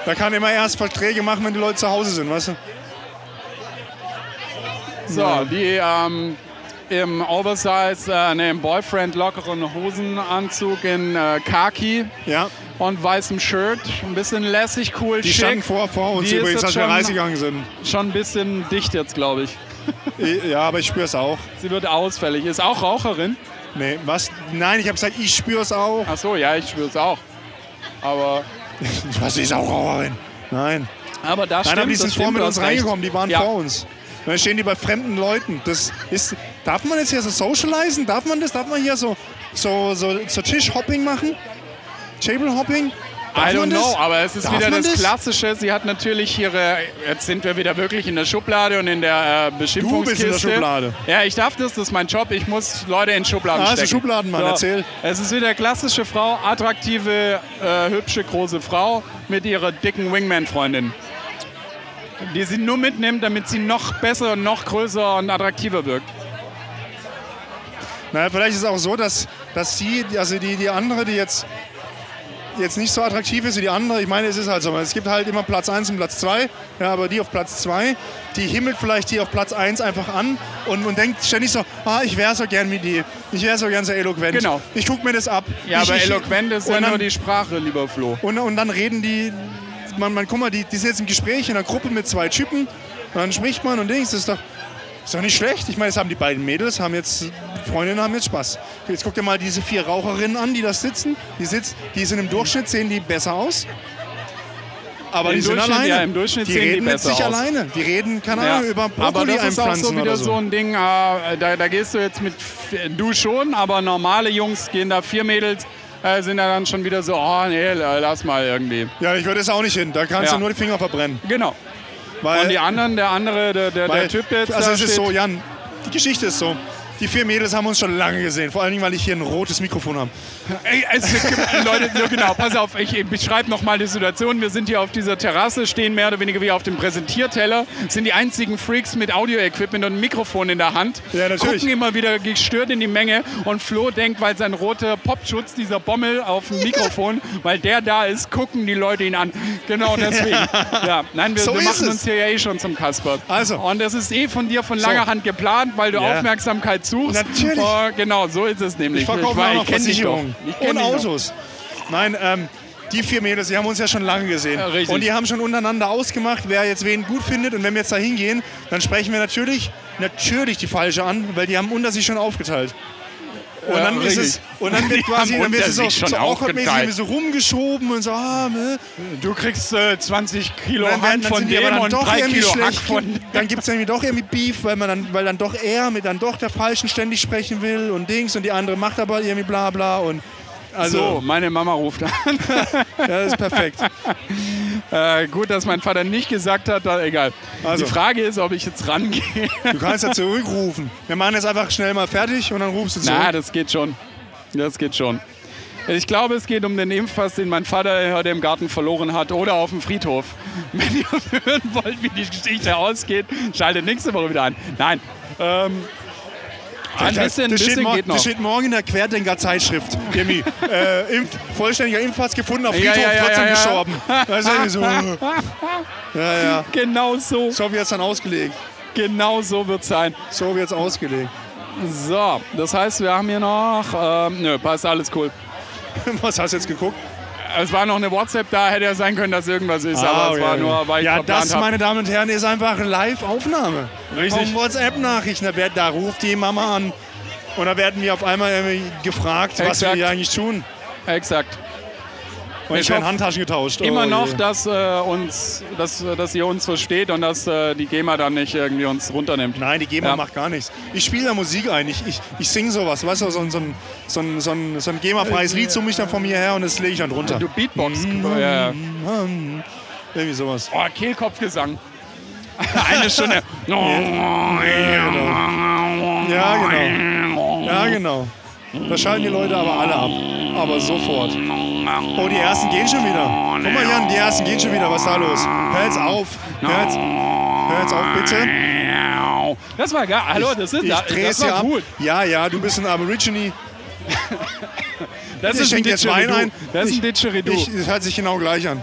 Da kann immer erst Verträge machen, wenn die Leute zu Hause sind, weißt du? So, die ähm, im Oversize, äh, nee, im Boyfriend lockeren Hosenanzug in äh, Khaki Ja. und weißem Shirt. Ein bisschen lässig, cool, Die standen schick. vor, vor uns Die ist übrigens, jetzt als wir schon- reingegangen sind. Schon ein bisschen dicht jetzt, glaube ich. Ja, aber ich spüre es auch. Sie wird ausfällig. Ist auch Raucherin. Nee, was? Nein, ich habe gesagt, ich spüre es auch. Ach so, ja, ich spüre es auch. Aber, Was ist auch Raucherin? Nein. aber da Nein, stimmt, aber die das sind vor stimmt, mit du uns hast recht. reingekommen, die waren ja. vor uns. Und dann stehen die bei fremden Leuten. Das ist, darf man jetzt hier so socialisen? Darf man das? Darf man hier so, so, so, so Tischhopping machen? Table-Hopping? Darf I don't man das? know, aber es ist Darf wieder man das, das? Klassische. Sie hat natürlich ihre. Jetzt sind wir wieder wirklich in der Schublade und in der äh, Beschimpfungskiste. bist in der Schublade. Ja, ich darf das, das ist mein Job. Ich muss Leute in Schubladen Ah, stecken. also Schubladenmann, erzähl. Es ist wieder klassische Frau, attraktive, äh, hübsche, große Frau mit ihrer dicken Wingman-Freundin. Die sie nur mitnimmt, damit sie noch besser, und noch größer und attraktiver wirkt. Naja, vielleicht ist es auch so, dass, dass die, also die, die andere, die jetzt, jetzt nicht so attraktiv ist wie die andere, ich meine, es ist halt so, es gibt halt immer Platz 1 und Platz 2, ja, aber die auf Platz 2, die himmelt vielleicht die auf Platz 1 einfach an und, und denkt ständig so, ah, ich wäre so gern wie die, ich wäre so gern so eloquent. Genau. Ich guck mir das ab. Ja, ich, aber ich, eloquent ist und ja dann- nur die Sprache, lieber Flo. und, und dann reden die, man, man guck mal, die, die sind jetzt im Gespräch in einer Gruppe mit zwei Typen und dann spricht man und Dings, das ist doch, ist doch nicht schlecht. Ich meine, das haben die beiden Mädels, haben jetzt, Freundinnen haben jetzt Spaß. Jetzt guck dir mal diese vier Raucherinnen an, die da sitzen. Die, sitzt, die sind im Durchschnitt, sehen die besser aus. Aber Im die sind Durchschnitt, alleine. ja, im Durchschnitt die sehen die reden mit besser sich aus. alleine. Die reden, keine Ja. Ahnung, über aber Brokkoli das ist auch so einpflanzen wieder oder so. so. ein Ding, äh, da, da gehst du jetzt mit, äh, du schon, aber normale Jungs gehen da, vier Mädels äh, sind da dann schon wieder so, oh nee, äh, lass mal irgendwie. Ja, ich würde es auch nicht hin. Da kannst Ja. du nur die Finger verbrennen. Genau. Weil Und die anderen, der andere, der, der, der Äh, Weil- Typ, der jetzt Also da es ist steht, so, Jan, die Geschichte ist so. Die vier Mädels haben uns schon lange gesehen, vor allen Dingen, weil ich hier ein rotes Mikrofon habe. Ey, es, Leute, ja, genau, pass auf, ich, ich beschreibe nochmal die Situation. Wir sind hier auf dieser Terrasse, stehen mehr oder weniger wie auf dem Präsentierteller, sind die einzigen Freaks mit Audio-Equipment und Mikrofon in der Hand, Ja, natürlich. gucken immer wieder gestört in die Menge und Flo denkt, weil sein roter Popschutz, dieser Bommel auf dem Mikrofon, weil der da ist, gucken die Leute ihn an. Genau deswegen. Ja. Nein, wir, So wir ist machen es. uns hier ja eh schon zum Kasper. Also. Und das ist eh von dir von langer Hand geplant, weil du Ja. Aufmerksamkeit suchst. Natürlich. Oh, genau, so ist es nämlich. Ich verkaufe war- auch noch kenn dich doch. Versicherungen Ich kenn und dich doch. Autos. Nein, ähm, die vier Mädels, die haben uns ja schon lange gesehen. Ja, richtig. und die haben schon untereinander ausgemacht, wer jetzt wen gut findet. Und wenn wir jetzt da hingehen, dann sprechen wir natürlich, natürlich die falsche an, weil die haben unter sich schon aufgeteilt. Und Ja, dann ist richtig. es, und dann wird Die quasi, haben dann wird unter es so, sich schon so awkwardmäßig aufgeteilt. irgendwie so rumgeschoben und so, ah, ne? Du kriegst äh, 20 Kilo dann, Hand werden von dem und 3 Kilo Hack von. Dann gibt es irgendwie doch irgendwie Beef, weil, man dann, weil dann doch er mit dann doch der Falschen ständig sprechen will und Dings und die andere macht aber irgendwie bla bla und So, also meine Mama ruft an. ja, das ist perfekt. Äh, gut, dass mein Vater nicht gesagt hat, da, egal. Also. Die Frage ist, ob ich jetzt rangehe. Du kannst ja zurückrufen. Wir machen jetzt einfach schnell mal fertig und dann rufst du zurück. Na, das geht schon. Das geht schon. Ich glaube, es geht um den Impfpass, den mein Vater äh, heute im Garten verloren hat oder auf dem Friedhof. Wenn ihr hören wollt, wie die Geschichte ausgeht, schaltet nächste Woche wieder an. Nein. Ähm, ein Alter, bisschen, das, steht bisschen mor- geht noch. das steht morgen in der Querdenker-Zeitschrift. Jimmy, äh, Impf vollständiger Impfpass gefunden, auf Ja, Friedhof, ja, ja, trotzdem ja, ja. gestorben. Das ist irgendwie so. Ja, ja. Genau so, So wird's dann ausgelegt. genau so wird es sein. So wird's ausgelegt. So, das heißt, wir haben hier noch. Ähm, nö, passt alles cool. Was hast du jetzt geguckt? Es war noch eine WhatsApp da, hätte ja sein können, dass irgendwas ist, aber es war nur, weil ich Ah, Ja, verplant das, hab. meine Damen und Herren, ist einfach Live-Aufnahme. Richtig. Vom WhatsApp-Nachrichten. Da, wird- da ruft die Mama an. Und da werden wir auf einmal irgendwie gefragt, was wir Exakt. hier eigentlich tun. Exakt. Und ich hoffe werden Handtaschen getauscht. Immer Oh je. noch, dass, äh, uns, dass, äh, dass ihr uns versteht und dass äh, die GEMA dann nicht irgendwie uns runternimmt. Nein, die GEMA Ja. macht gar nichts. Ich spiele da Musik ein. Ich, ich, ich singe sowas. Weißt du, so ein, so ein, so ein, so ein, so ein GEMA-freies Lied summe ich dann von mir her und das lege ich dann runter. Du Beatbox. Mhm. Ja. Irgendwie sowas. Oh, Kehlkopfgesang. Eine Stunde. Ja, genau. Ja, genau. Da schalten die Leute aber alle ab. Aber sofort. Oh, die ersten gehen schon wieder. Guck mal, Jan, die ersten gehen schon wieder. Was ist da los? Hör jetzt auf. Hör jetzt, hör jetzt auf, bitte. Wow, das war geil. Hallo, das ist ich das, dreh's das war ja gut. ab. Ja, ja, du bist ein Aborigine. Das Ich ist ein schenk jetzt Wein Didgeridoo. ein. Das ist ein Ich- Didgeridoo. Ich, das hört sich genau gleich an.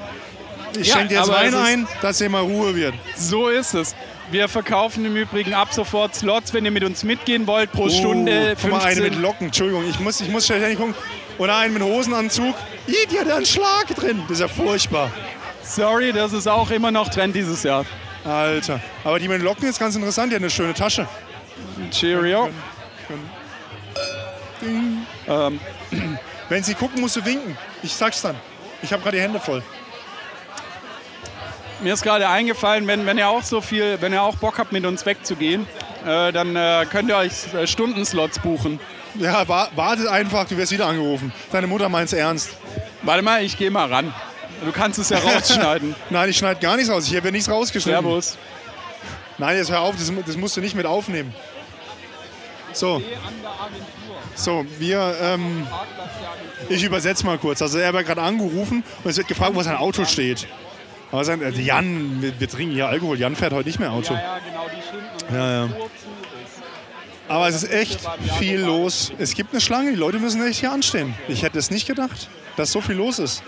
Ich Ja, schenke jetzt aber Wein es ist- ein, dass hier mal Ruhe wird. So ist es. Wir verkaufen im Übrigen ab sofort Slots, wenn ihr mit uns mitgehen wollt, pro Stunde Oh, guck mal, 15. eine mit Locken. Entschuldigung, ich muss, ich muss ständig gucken. Oder einen mit Hosenanzug. Ih, die hat ja einen Schlag drin. Das ist ja furchtbar. Sorry, das ist auch immer noch Trend dieses Jahr. Alter. Aber die mit Locken ist ganz interessant. Die hat eine schöne Tasche. Cheerio. Ähm. Wenn sie gucken, musst du winken. Ich sag's dann. Ich habe gerade die Hände voll. Mir ist gerade eingefallen, wenn, wenn ihr auch so viel, wenn ihr auch Bock habt, mit uns wegzugehen, äh, dann äh, könnt ihr euch äh, Stundenslots buchen. Ja, wa wartet einfach, du wirst wieder angerufen. Deine Mutter meint's ernst. Warte mal, ich gehe mal ran. Du kannst es ja rausschneiden. Nein, ich schneide gar nichts raus. Hier wird nichts rausgeschnitten. Servus. Nein, jetzt hör auf, das, das musst du nicht mit aufnehmen. So. So, wir. Ähm, ich übersetze mal kurz. Also, er war gerade angerufen und es wird gefragt, wo sein Auto steht. Aber sein, also Jan, wir, wir trinken hier Alkohol. Jan fährt heute nicht mehr Auto. Ja, ja. Aber es ist echt viel los. Es gibt eine Schlange, die Leute müssen echt hier anstehen. Ich hätte es nicht gedacht, dass so viel los ist.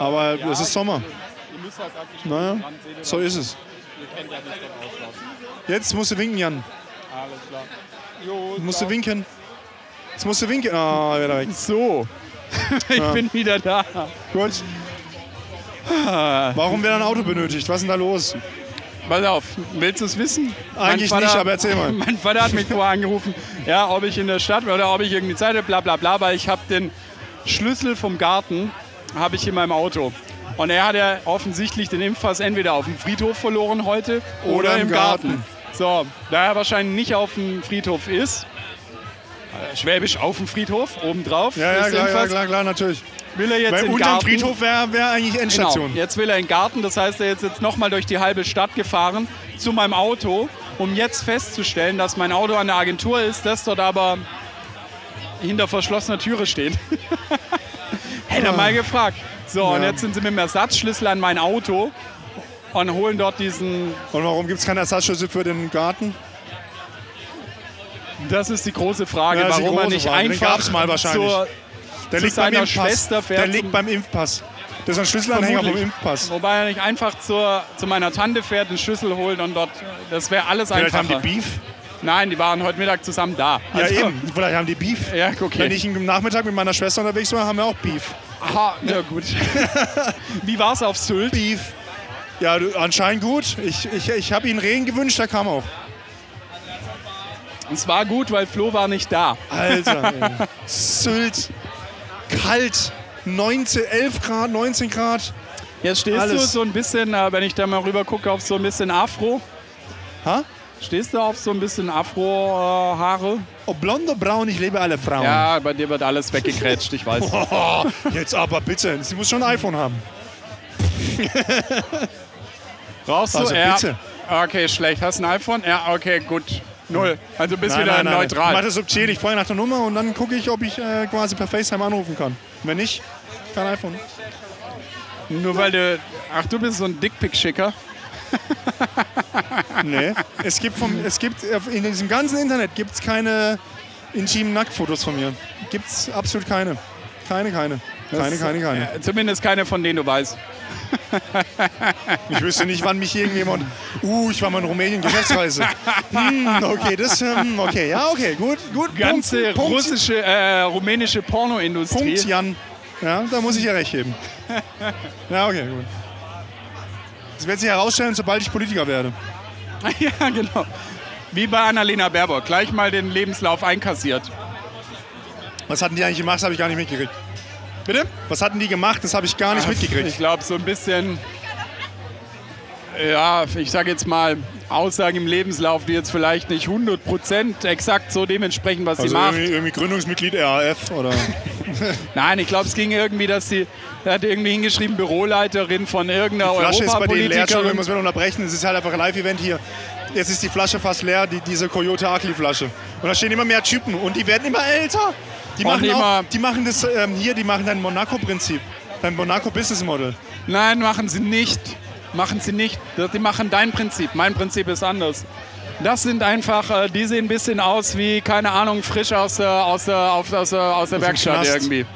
Aber es ist Sommer. halt Naja, so ist es. Jetzt musst du winken, Jan. Jetzt musst du winken. Jetzt musst du winken. Ah, wieder weg. So. ich bin wieder da. Gut. Warum wird ein Auto benötigt? Was ist denn da los? Pass auf, willst du es wissen? Eigentlich nicht, aber erzähl mal. Mein Vater hat mich vorher angerufen, ja, ob ich in der Stadt war oder ob ich irgendwie Zeit habe, bla bla bla, aber ich habe den Schlüssel vom Garten habe ich in meinem Auto. Und er hat ja offensichtlich den Impfpass entweder auf dem Friedhof verloren heute oder, Oder im, im Garten. Garten. So, da er wahrscheinlich nicht auf dem Friedhof ist, äh, Schwäbisch auf dem Friedhof, obendrauf, Ja, ja, ist klar, ja, jedenfalls, klar, klar, natürlich. will er jetzt Weil im unterm Garten. Friedhof wäre wär eigentlich Genau, Endstation. jetzt will er in den Garten, das heißt, er ist jetzt nochmal durch die halbe Stadt gefahren zu meinem Auto, um jetzt festzustellen, dass mein Auto an der Agentur ist, das dort aber hinter verschlossener Türe steht. Hätte er mal gefragt. So, und Ja. jetzt sind sie mit dem Ersatzschlüssel an mein Auto und holen dort diesen. Und warum gibt es keine Ersatzschlüssel für den Garten? Das ist die große Frage, Ja, das ist die warum er große nicht Frage. Den einfach gab's mal wahrscheinlich. zur Der Zu liegt beim seiner Impfpass. Schwester fährt Der zum- liegt beim Impfpass. Das ist ein Schlüsselanhänger vom Vermutlich. Impfpass. Wobei er nicht einfach zur, zu meiner Tante fährt, den Schlüssel holt und dort. Das wäre alles Vielleicht haben die einfacher. Beef. Nein, die waren heute Mittag zusammen da. Ja, Also- eben. Vielleicht haben die Beef. Ja, okay. Wenn ich am Nachmittag mit meiner Schwester unterwegs war, haben wir auch Beef. Aha, ja gut. Wie war es auf Sylt? Beef. Ja, du, anscheinend gut. Ich, ich, ich habe ihnen Regen gewünscht, der kam auch. Es war gut, weil Flo war nicht da. Alter, ey. Sylt, kalt, 19, 11 Grad, 19 Grad. Jetzt stehst du Alles. so ein bisschen, äh, wenn ich da mal rüber gucke, auf so ein bisschen Afro. Ha? Stehst du auf so ein bisschen Afro-Haare? Ob blond oder Oh, braun, ich liebe alle Frauen. Ja, bei dir wird alles weggekrätscht, ich weiß. Oh, jetzt aber bitte, sie muss schon ein iPhone haben. Brauchst du? Also ja. bitte. Okay, schlecht. Hast du ein iPhone? Ja, okay, gut. Null. Also bist wieder neutral. Ich mache das subtil, ich frage nach der Nummer und dann gucke ich, ob ich äh, quasi per FaceTime anrufen kann. Wenn nicht, kein iPhone. Nur weil du... Ach, du bist so ein Dickpick-Schicker. Nee. es gibt vom, es gibt äh, in diesem ganzen Internet gibt es keine intimen Nacktfotos von mir. Gibt's absolut keine. Keine, keine. Keine, keine, keine. Äh, Zumindest keine von denen du weißt. Ich wüsste nicht, wann mich irgendjemand. Uh, ich war mal in Rumänien Geschäftsreise. Hm, okay, das. Hm, okay, ja, okay, gut, gut. Ganze Punkt, Punkt, russische, äh, rumänische Pornoindustrie. Punkt, Jan. Ja, da muss ich ja recht geben. Ja, okay, gut. Das wird sich herausstellen, sobald ich Politiker werde. Ja, genau. Wie bei Annalena Baerbock. Gleich mal den Lebenslauf einkassiert. Was hatten die eigentlich gemacht? Das habe ich gar nicht mitgekriegt. Bitte? Was hatten die gemacht? Das habe ich gar nicht Ich mitgekriegt. glaube, so ein bisschen, ja, ich sage jetzt mal, Aussagen im Lebenslauf, die jetzt vielleicht nicht 100% exakt so dementsprechend, was sie macht. Also Gründungsmitglied RAF oder. Nein, ich glaube, es ging irgendwie, dass sie, da hat irgendwie hingeschrieben, Büroleiterin von irgendeiner Flasche ist bei denen leer, Entschuldigung, Europapolitikerin. muss man unterbrechen. Es ist halt einfach ein Live-Event hier. Jetzt ist die Flasche fast leer, die, diese Coyote Ugly-Flasche. Und da stehen immer mehr Typen und die werden immer älter. Die Und machen, immer- auch, die machen das ähm, hier, die machen dein Monaco-Prinzip. Dein Monaco-Business-Model. Nein, machen sie nicht. Machen sie nicht. Die machen dein Prinzip. Mein Prinzip ist anders. Das sind einfach, äh, die sehen ein bisschen aus wie, keine Ahnung, frisch aus der, aus der, aus der, aus der, aus der Werkstatt Knast. irgendwie.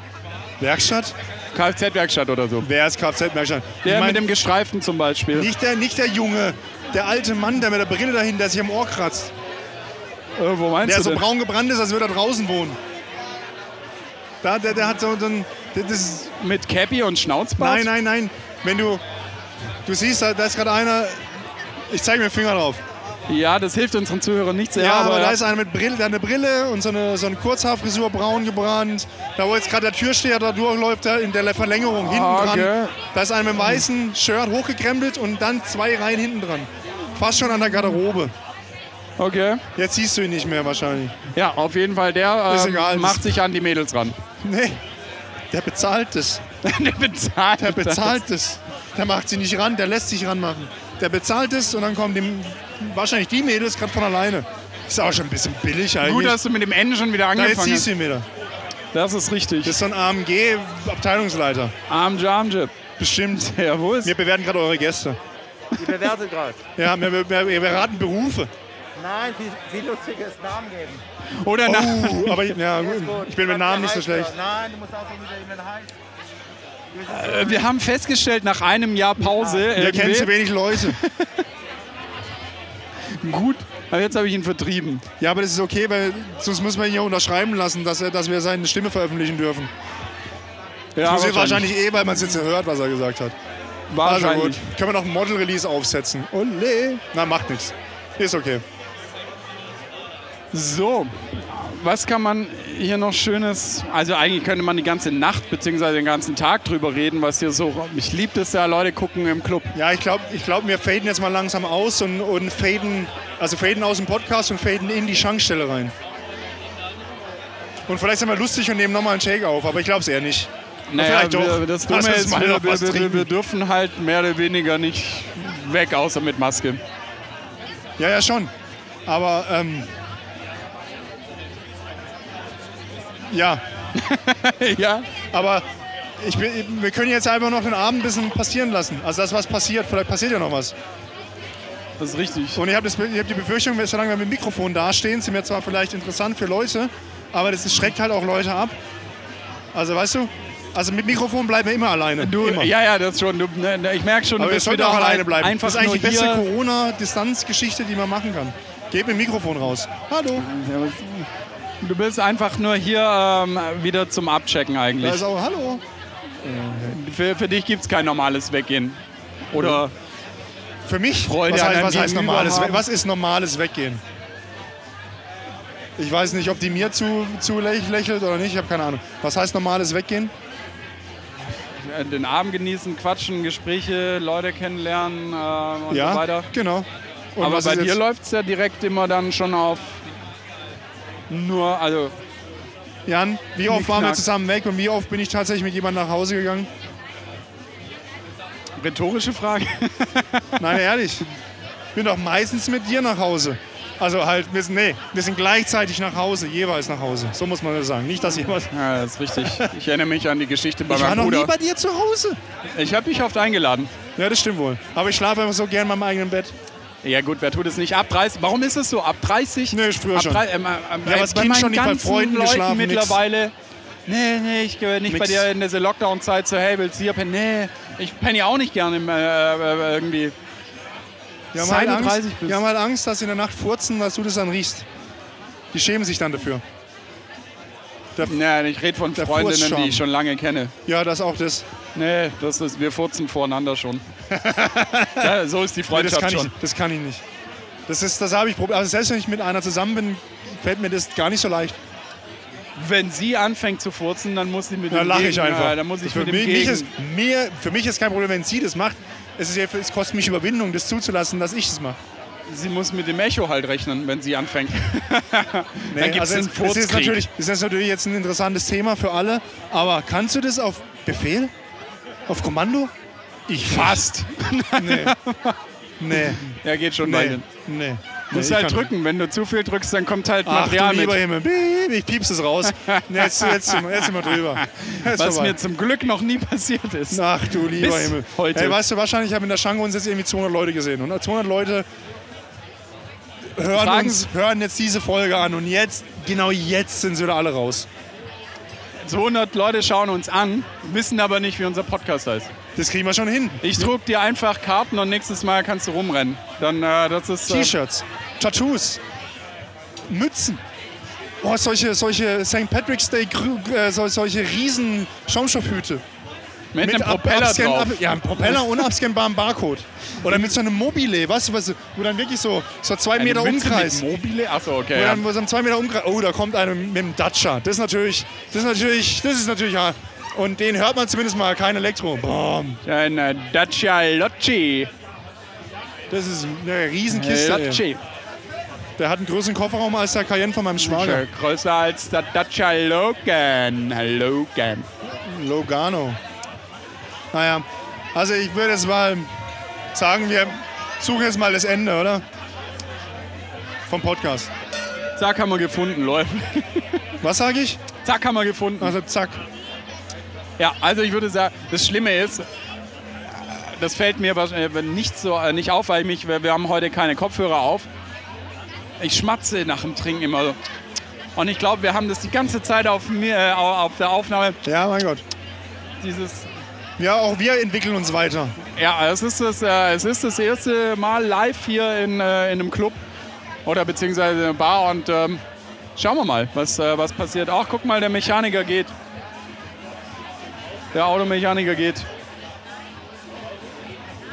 Werkstatt? Kfz-Werkstatt oder so. Wer ist Kfz-Werkstatt? Der ich mein, mit dem Gestreiften zum Beispiel. nicht, der, nicht der Junge, der alte Mann, der mit der Brille dahin, der sich am Ohr kratzt. Äh, wo meinst Der du so denn? braun gebrannt ist, als würde er draußen wohnen. Da, der, der hat so so ein. der- Das ist, Mit Cappy und Schnauzbart? nein, nein, nein. Wenn du. Du siehst, da, da ist gerade einer. Ich zeige mir den Finger drauf. nein. Ja, das hilft unseren Zuhörern nicht sehr. Ja, aber, aber da ist einer mit Brille, der hat eine Brille und so eine, so eine Kurzhaarfrisur braun gebrannt. Da wo jetzt gerade der Türsteher da durchläuft, da in der Verlängerung hinten Ah, dran. gell. Da ist einer mit einem weißen Shirt hochgekrempelt und dann zwei Reihen hinten dran. Fast schon an der Garderobe. okay. Jetzt siehst du ihn nicht mehr wahrscheinlich. Ja, auf jeden Fall, der Ist ähm, egal. macht sich an die Mädels ran. Nee, der bezahlt es. der bezahlt. Der bezahlt es. Der macht sie nicht ran, der lässt sich ranmachen. Der bezahlt es und dann kommen dem, wahrscheinlich die Mädels gerade von alleine. Ist auch schon ein bisschen billig das. eigentlich. Gut, dass du mit dem Ende schon wieder da jetzt angefangen siehst hast. du ihn wieder. Das ist richtig. Das ist so ein AMG-Abteilungsleiter. Arm Jamjib. Bestimmt. Ja, wo ist? Wir bewerten gerade eure Gäste. Die bewertet gerade. Ja, wir, wir, wir beraten Berufe. Nein, wie, wie lustig ist Namen geben. Oder na, Uh, aber ich, ja, Der ist gut. ich bin mit Sag, Namen wie nicht so heißt er? schlecht. Nein, du musst auch so wieder jemanden heißen. äh, wir haben festgestellt, nach einem Jahr Pause, äh, Wir irgendwie, Oh. kennen zu wenig Leute. gut, aber jetzt habe ich ihn vertrieben. Ja, aber das ist okay, weil sonst müssen wir ihn ja unterschreiben lassen, dass, er, dass wir seine Stimme veröffentlichen dürfen. Ah, Ja, Muss jetzt wahrscheinlich eh, weil man es jetzt hört, was er gesagt hat. Also gut, Wahrscheinlich. können wir noch ein Model-Release aufsetzen. Ole. Na, macht nichts. Ist okay. So, was kann man hier noch Schönes? Also eigentlich könnte man die ganze Nacht bzw. den ganzen Tag drüber reden, was hier so. Ich liebe das ja, Leute gucken im Club. Ja, ich glaube, ich glaub, wir faden jetzt mal langsam aus und, und faden, also faden aus dem Podcast und faden in die Schankstelle rein. Und vielleicht sind wir lustig und nehmen nochmal einen Shake auf, aber ich glaube es eher nicht. vielleicht doch. Wir, das Lass Dumme uns ist, mal wir, noch was wir, wir, trinken. wir dürfen halt mehr oder weniger nicht weg, außer mit Maske. Ja, ja, schon. Aber, ähm, ja, ja, aber ich, bin- wir können jetzt einfach noch den Abend ein bisschen passieren lassen. Also das, was passiert, vielleicht passiert ja noch was. das ist richtig. Und ich habe hab die Befürchtung, solange wir mit dem Mikrofon dastehen, sind wir zwar vielleicht interessant für Leute, aber das schreckt halt auch Leute ab. Also weißt du, also mit Mikrofon bleiben wir immer alleine. Du, immer. ja, ja, das schon. Du, ne, ne, ich merke schon, aber du wir bist sollten wieder auch alleine ein- bleiben. Einfach das ist eigentlich die nur beste hier. Corona-Distanzgeschichte, die man machen kann. Geht mit dem Mikrofon raus. Hallo. Du bist einfach nur hier ähm, wieder zum Abchecken Da eigentlich. ist auch Also, Hallo. Für, für dich gibt es kein normales Weggehen. Oder Für mich, Freude was an heißt, einem was heißt Gegenüber normales, haben. was ist normales Weggehen? Ich weiß nicht, ob die mir zu, zu läch- lächelt oder nicht, ich habe keine Ahnung. Was heißt normales Weggehen? äh, den Abend genießen, quatschen, Gespräche, Leute kennenlernen äh, und ja, so weiter. genau. Und Aber was bei ist dir jetzt- läuft es ja direkt immer dann schon auf nur, also Jan, wie oft waren wir Knack. zusammen weg und wie oft bin ich tatsächlich mit jemandem nach Hause gegangen? rhetorische Frage. Nein, ehrlich. Ich bin doch meistens mit dir nach Hause. Also halt, wir sind, nee, wir sind gleichzeitig nach Hause, jeweils nach Hause. So muss man das sagen. Nicht, dass jemand. Ja, das ist richtig. Ich erinnere mich an die Geschichte bei Ich war meinem noch nie Bruder. bei dir zu Hause. Ich habe dich oft eingeladen. Ja, das stimmt wohl. Aber ich schlafe einfach so gern in meinem eigenen Bett. Ja gut, wer tut es nicht? Ab 30. Warum ist es so? Ab 30? Nee, ich früher Ab schon. 30, ähm, ähm, äh, als bei Kind meinen schon nicht bei ganzen Freunden Leuten geschlafen, nix. mittlerweile. Nee, nee, ich gehöre nicht bei Nix. dir in diese Lockdown-Zeit zu, hey, willst du hier pennen? Nee, ich penne ja auch nicht gerne im, äh, äh, irgendwie. Wir haben, Seit halt du Angst, 30 bist. wir haben halt Angst, dass sie in der Nacht furzen, dass du das dann riechst. Die schämen sich dann dafür. Nein, ich rede von Der Freundinnen, Fußscham. die ich schon lange kenne. Ja, das auch das. Nee, das ist, wir furzen voreinander schon. ja, so ist die Nee, das, Freundschaft kann ich, schon. das kann ich nicht. Das, ist, das habe ich Probleme. Also selbst wenn ich mit einer zusammen bin, fällt mir das gar nicht so leicht. Wenn sie anfängt zu furzen, dann muss sie mit Da dem lache Gegen- ich einfach. Ja, dann muss ich für, mit dem mich, mich Gegen- ist, mir, für mich ist kein Problem, wenn sie das macht. Es, ist, ja- es kostet mich Überwindung, das zuzulassen, dass ich das mache. Sie muss mit dem Echo halt rechnen, wenn sie anfängt. dann gibt also einen es, es ist Furzkrieg. natürlich, es ist natürlich jetzt ein interessantes Thema für alle, aber kannst du das auf Befehl? Auf Kommando? Ich Fast. Nee. nee. Ja, geht schon Nee. weiter. Nee. Du musst Nee, ich halt kann- drücken. Wenn du zu viel drückst, dann kommt halt Ach, du Material lieber mit. Himmel. Piep, Ich piepse es raus. Jetzt, jetzt, sind wir- jetzt sind wir drüber. Jetzt Was vorbei. mir zum Glück noch nie passiert ist. Ach du lieber Bis Himmel. heute. Ey, weißt du, wahrscheinlich haben in der Schange uns jetzt irgendwie 200 Leute gesehen. Und 200 Leute hören, Fragen- uns, hören jetzt diese Folge an und jetzt, genau jetzt sind sie wieder alle raus. 200 Also Leute schauen uns an, wissen aber nicht, wie unser Podcast heißt. Das kriegen wir schon hin. Ich trug dir einfach Karten und nächstes Mal kannst du rumrennen. Dann, äh, das ist. Äh, T-Shirts, Tattoos, Mützen. Oh, solche, solche St. Patrick's Day, Krü- äh, so- solche riesen Schaumstoffhüte. mit, einem ab- Propeller abscan- drauf. ab- ja, ein Propeller und abscanbarem Barcode. Oder mit so einem Mobile, weißt du, was, wo dann wirklich so, so zwei Eine Meter Mütze mit Umkreis. Mobile? Achso, okay. Wo Ja. dann wo so ein zwei Meter Umkreis. Oh, da kommt einer mit dem Datscha. Das ist natürlich, das ist natürlich, das ist natürlich hart. Und den hört man zumindest mal, kein Elektro. Bam. Ein äh, Dacia Locci. Das ist eine Riesenkiste. ey. Locci. Der hat einen größeren Kofferraum als der Cayenne von meinem Schwager. Größer als der Dacia Logan. Logan. Logano. Naja, also ich würde jetzt mal sagen, wir suchen jetzt mal das Ende, oder? Vom Podcast. Zack, haben wir gefunden, Leute. Was sage ich? Zack, haben wir gefunden. Also zack. Ja, also ich würde sagen, das Schlimme ist, das fällt mir wahrsch- äh, nicht, so, äh, nicht auf, weil ich mich, wir wir haben heute keine Kopfhörer auf. Ich schmatze nach dem Trinken immer. so. Und ich glaube, wir haben das die ganze Zeit auf, mir, äh, au- auf der Aufnahme. Ja, mein Gott. Dieses, Ja, auch wir entwickeln uns weiter. ja, es ist das, äh, es ist das erste Mal live hier in, äh, in einem Club oder beziehungsweise in einer Bar. Und ähm, schauen wir mal, was, äh, was passiert. Ach, guck mal, der Mechaniker geht. Der Automechaniker geht.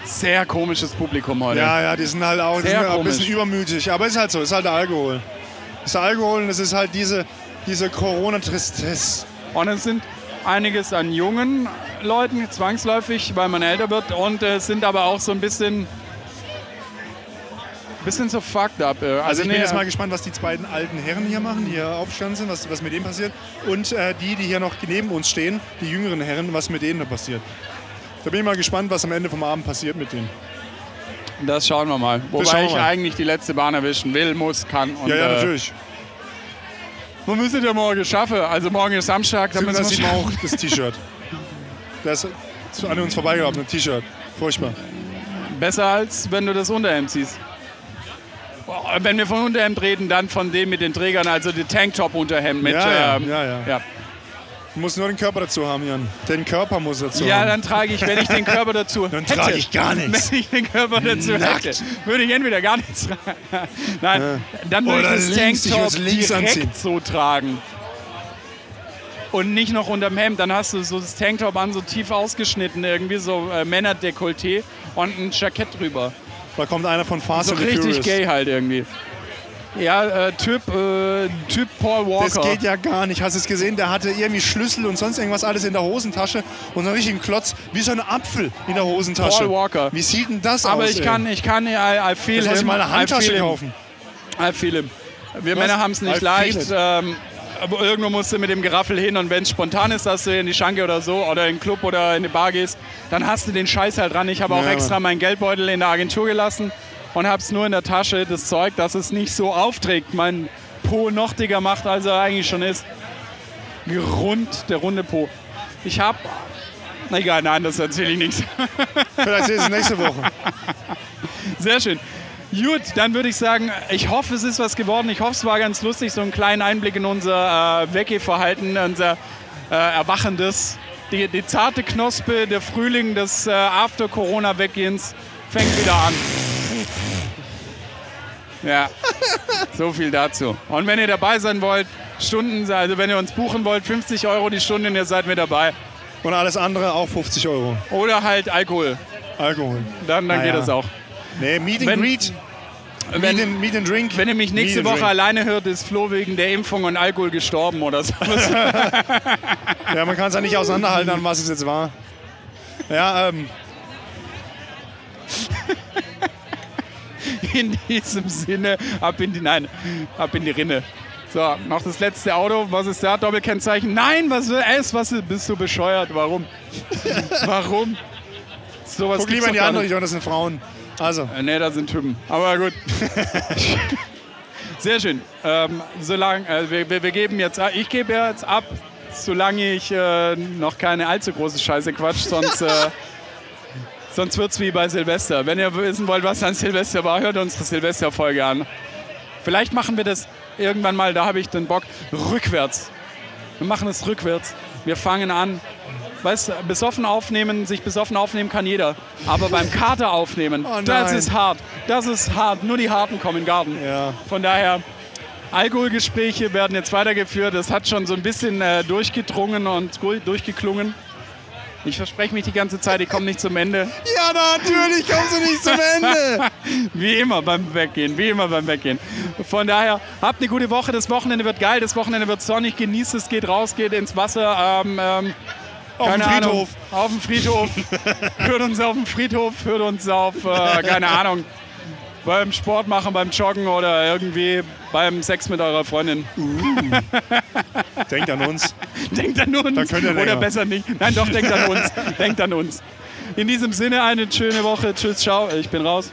Sehr komisches Publikum heute. Ja, ja, die sind halt auch die Sehr sind auch ein komisch. bisschen übermütig. Aber ist halt so, ist halt der Alkohol. Ist der Alkohol und es ist halt diese, diese Corona-Tristesse. Und es sind einiges an jungen Leuten, zwangsläufig, weil man älter wird. Und äh, es sind aber auch so ein bisschen. Bisschen so fucked up. äh. Also ich bin nee, jetzt mal gespannt, was die beiden alten Herren hier machen, die hier aufgestanden sind, was, was mit denen passiert. Und äh, die, die hier noch neben uns stehen, die jüngeren Herren, was mit denen da passiert. Da bin ich mal gespannt, was am Ende vom Abend passiert mit denen. Das schauen wir mal. Wobei schauen wir ich mal. eigentlich die letzte Bahn erwischen will, muss, kann. Und, ja, ja, äh, natürlich. Wir müssen ja morgen schaffen. Also morgen ist Samstag, damit Damit wir das sieht schaffen. man auch das T-Shirt. Das ist an uns vorbeigehabt, ein T-Shirt. Furchtbar. Besser als wenn du das Unterhemd ziehst. Boah, Wenn wir von Unterhemd reden, dann von dem mit den Trägern, also die Tanktop-Unterhemd mit. Ja, ja, ähm, ja, ja. ja. Du musst nur den Körper dazu haben, Jan. Den Körper muss dazu Ja, haben. dann trage ich, wenn ich den Körper dazu Dann hätte, trage ich gar nichts. Wenn ich den Körper dazu Nackt. hätte, würde ich entweder gar nichts tragen. Nein, dann würde Oder ich das links, ich Tanktop würd's links direkt anziehen. so tragen. Und nicht noch unterm Hemd, dann hast du so das Tanktop an, so tief ausgeschnitten, irgendwie so äh, Männerdekolleté und ein Jackett drüber. Da kommt einer von Fast So and the richtig Furious. gay halt irgendwie. Ja, äh, Typ, äh, Typ Paul Walker. Das geht ja gar nicht. Hast du es gesehen? Der hatte irgendwie Schlüssel und sonst irgendwas alles in der Hosentasche und so einen richtigen Klotz, wie so ein Apfel in der Hosentasche. Paul Walker. Wie sieht denn das Aber aus? ich ey? kann, ich kann, I, I feel Jetzt muss ich him, mal eine I Handtasche feel him. kaufen. Hi Ah, Philipp. Wir Was? Männer haben es Hi, nicht leicht. Philipp. Ähm, aber irgendwo musst du mit dem Geraffel hin und wenn es spontan ist, dass du in die Schanke oder so oder in den Club oder in die Bar gehst, dann hast du den Scheiß halt dran. Ich habe auch Ja. extra meinen Geldbeutel in der Agentur gelassen und habe es nur in der Tasche, das Zeug, dass es nicht so aufträgt. Mein Po noch dicker macht, als er eigentlich schon ist. Gerund, der runde Po. Ich habe... Egal, nein, das erzähle ich nichts. Vielleicht ist es nächste Woche. Sehr schön. Gut, dann würde ich sagen, ich hoffe, es ist was geworden. Ich hoffe, es war ganz lustig, so einen kleinen Einblick in unser äh, Weggeverhalten, unser äh, erwachendes, die, die zarte Knospe, der Frühling des äh, After-Corona-Weggehens fängt wieder an. Ja, so viel dazu. Und wenn ihr dabei sein wollt, Stunden, also wenn ihr uns buchen wollt, 50 Euro die Stunde und ihr seid mit dabei. Und alles andere auch 50 Euro. Oder halt Alkohol, Alkohol. dann, dann Na geht ja. das auch. Nee, Meet and Wenn- Greet. Wenn- meet, and, meet and Drink. Wenn ihr mich nächste Meet and Woche alleine hört, ist Flo wegen der Impfung und Alkohol gestorben oder so. halt- Drink. Ja, man kann es ja nicht auseinanderhalten, an was es jetzt war. Ja, ähm, In diesem Sinne, ab in die, nein, ab in die Rinne. So, noch das letzte Auto. Was ist da? Doppelkennzeichen. Nein, was ist, was ist, bist du bescheuert? Warum? Warum? Sowas guck gibt's lieber in die doch gar andere, nicht. ich das sind Frauen. Also, Äh, Nee, da sind Typen. Aber gut. Sehr schön. Ähm, solange, äh, wir, wir, wir geben jetzt, ab- ich gebe jetzt ab, solange ich äh, noch keine allzu große Scheiße quatsch, sonst, äh, sonst wird es wie bei Silvester. Wenn ihr wissen wollt, was an Silvester war, hört unsere Silvester-Folge an. Vielleicht machen wir das irgendwann mal, da habe ich den Bock, rückwärts. Wir machen es rückwärts. Wir fangen an. Weißt du, besoffen aufnehmen, sich besoffen aufnehmen kann jeder. Aber beim Kater aufnehmen, Oh das nein. ist hart. Das ist hart. Nur die Harten kommen in den Garten. Ja. Von daher, Alkoholgespräche werden jetzt weitergeführt. Das hat schon so ein bisschen äh, durchgedrungen und gu- durchgeklungen. Ich verspreche mich die ganze Zeit, ich komme nicht zum Ende. Ja, natürlich kommst du nicht zum Ende. Wie immer beim Weggehen, wie immer beim Weggehen. Von daher, habt eine gute Woche. Das Wochenende wird geil, das Wochenende wird sonnig. Genießt es, geht raus, geht ins Wasser. Ähm, ähm, Auf dem keine Ahnung, Friedhof. Auf dem Friedhof. hört uns auf dem Friedhof, hört uns auf, äh, keine Ahnung, beim Sport machen, beim Joggen oder irgendwie beim Sex mit eurer Freundin. Denkt an uns. Denkt an uns. Dann könnt ihr länger. Oder besser nicht. Nein, doch, denkt an uns. denkt an uns. In diesem Sinne, eine schöne Woche. Tschüss, ciao. Ich bin raus.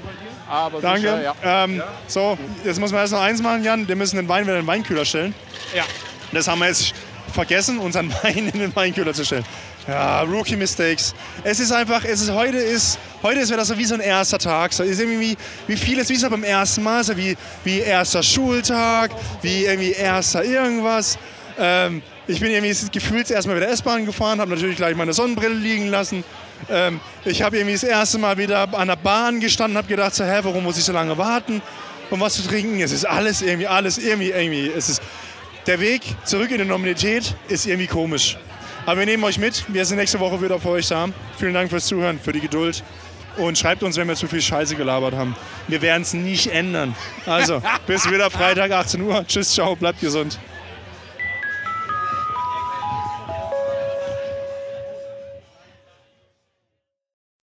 Aber Danke. sicher, ja. Ähm, so, jetzt muss man erst noch eins machen, Jan. Wir müssen den Wein wieder in den Weinkühler stellen. Ja. Das haben wir jetzt vergessen, unseren Wein in den Weinkühler zu stellen. Ja, Rookie Mistakes. Es ist einfach, es ist, heute ist, heute ist wieder so wie so ein erster Tag. So ist irgendwie wie, wie vieles, wie so beim ersten Mal, so wie, wie erster Schultag, wie irgendwie erster irgendwas. Ähm, ich bin irgendwie gefühlt erstmal wieder S-Bahn gefahren, habe natürlich gleich meine Sonnenbrille liegen lassen. Ähm, ich habe irgendwie das erste Mal wieder an der Bahn gestanden, habe gedacht, so, hä, warum muss ich so lange warten, um was zu trinken? Es ist alles irgendwie, alles irgendwie, irgendwie. Es ist, der Weg zurück in die Normalität ist irgendwie komisch. Aber wir nehmen euch mit. Wir sind nächste Woche wieder für euch da. Vielen Dank fürs Zuhören, für die Geduld. Und schreibt uns, wenn wir zu viel Scheiße gelabert haben. Wir werden es nicht ändern. Also, bis wieder Freitag, 18 Uhr. Tschüss, ciao, bleibt gesund.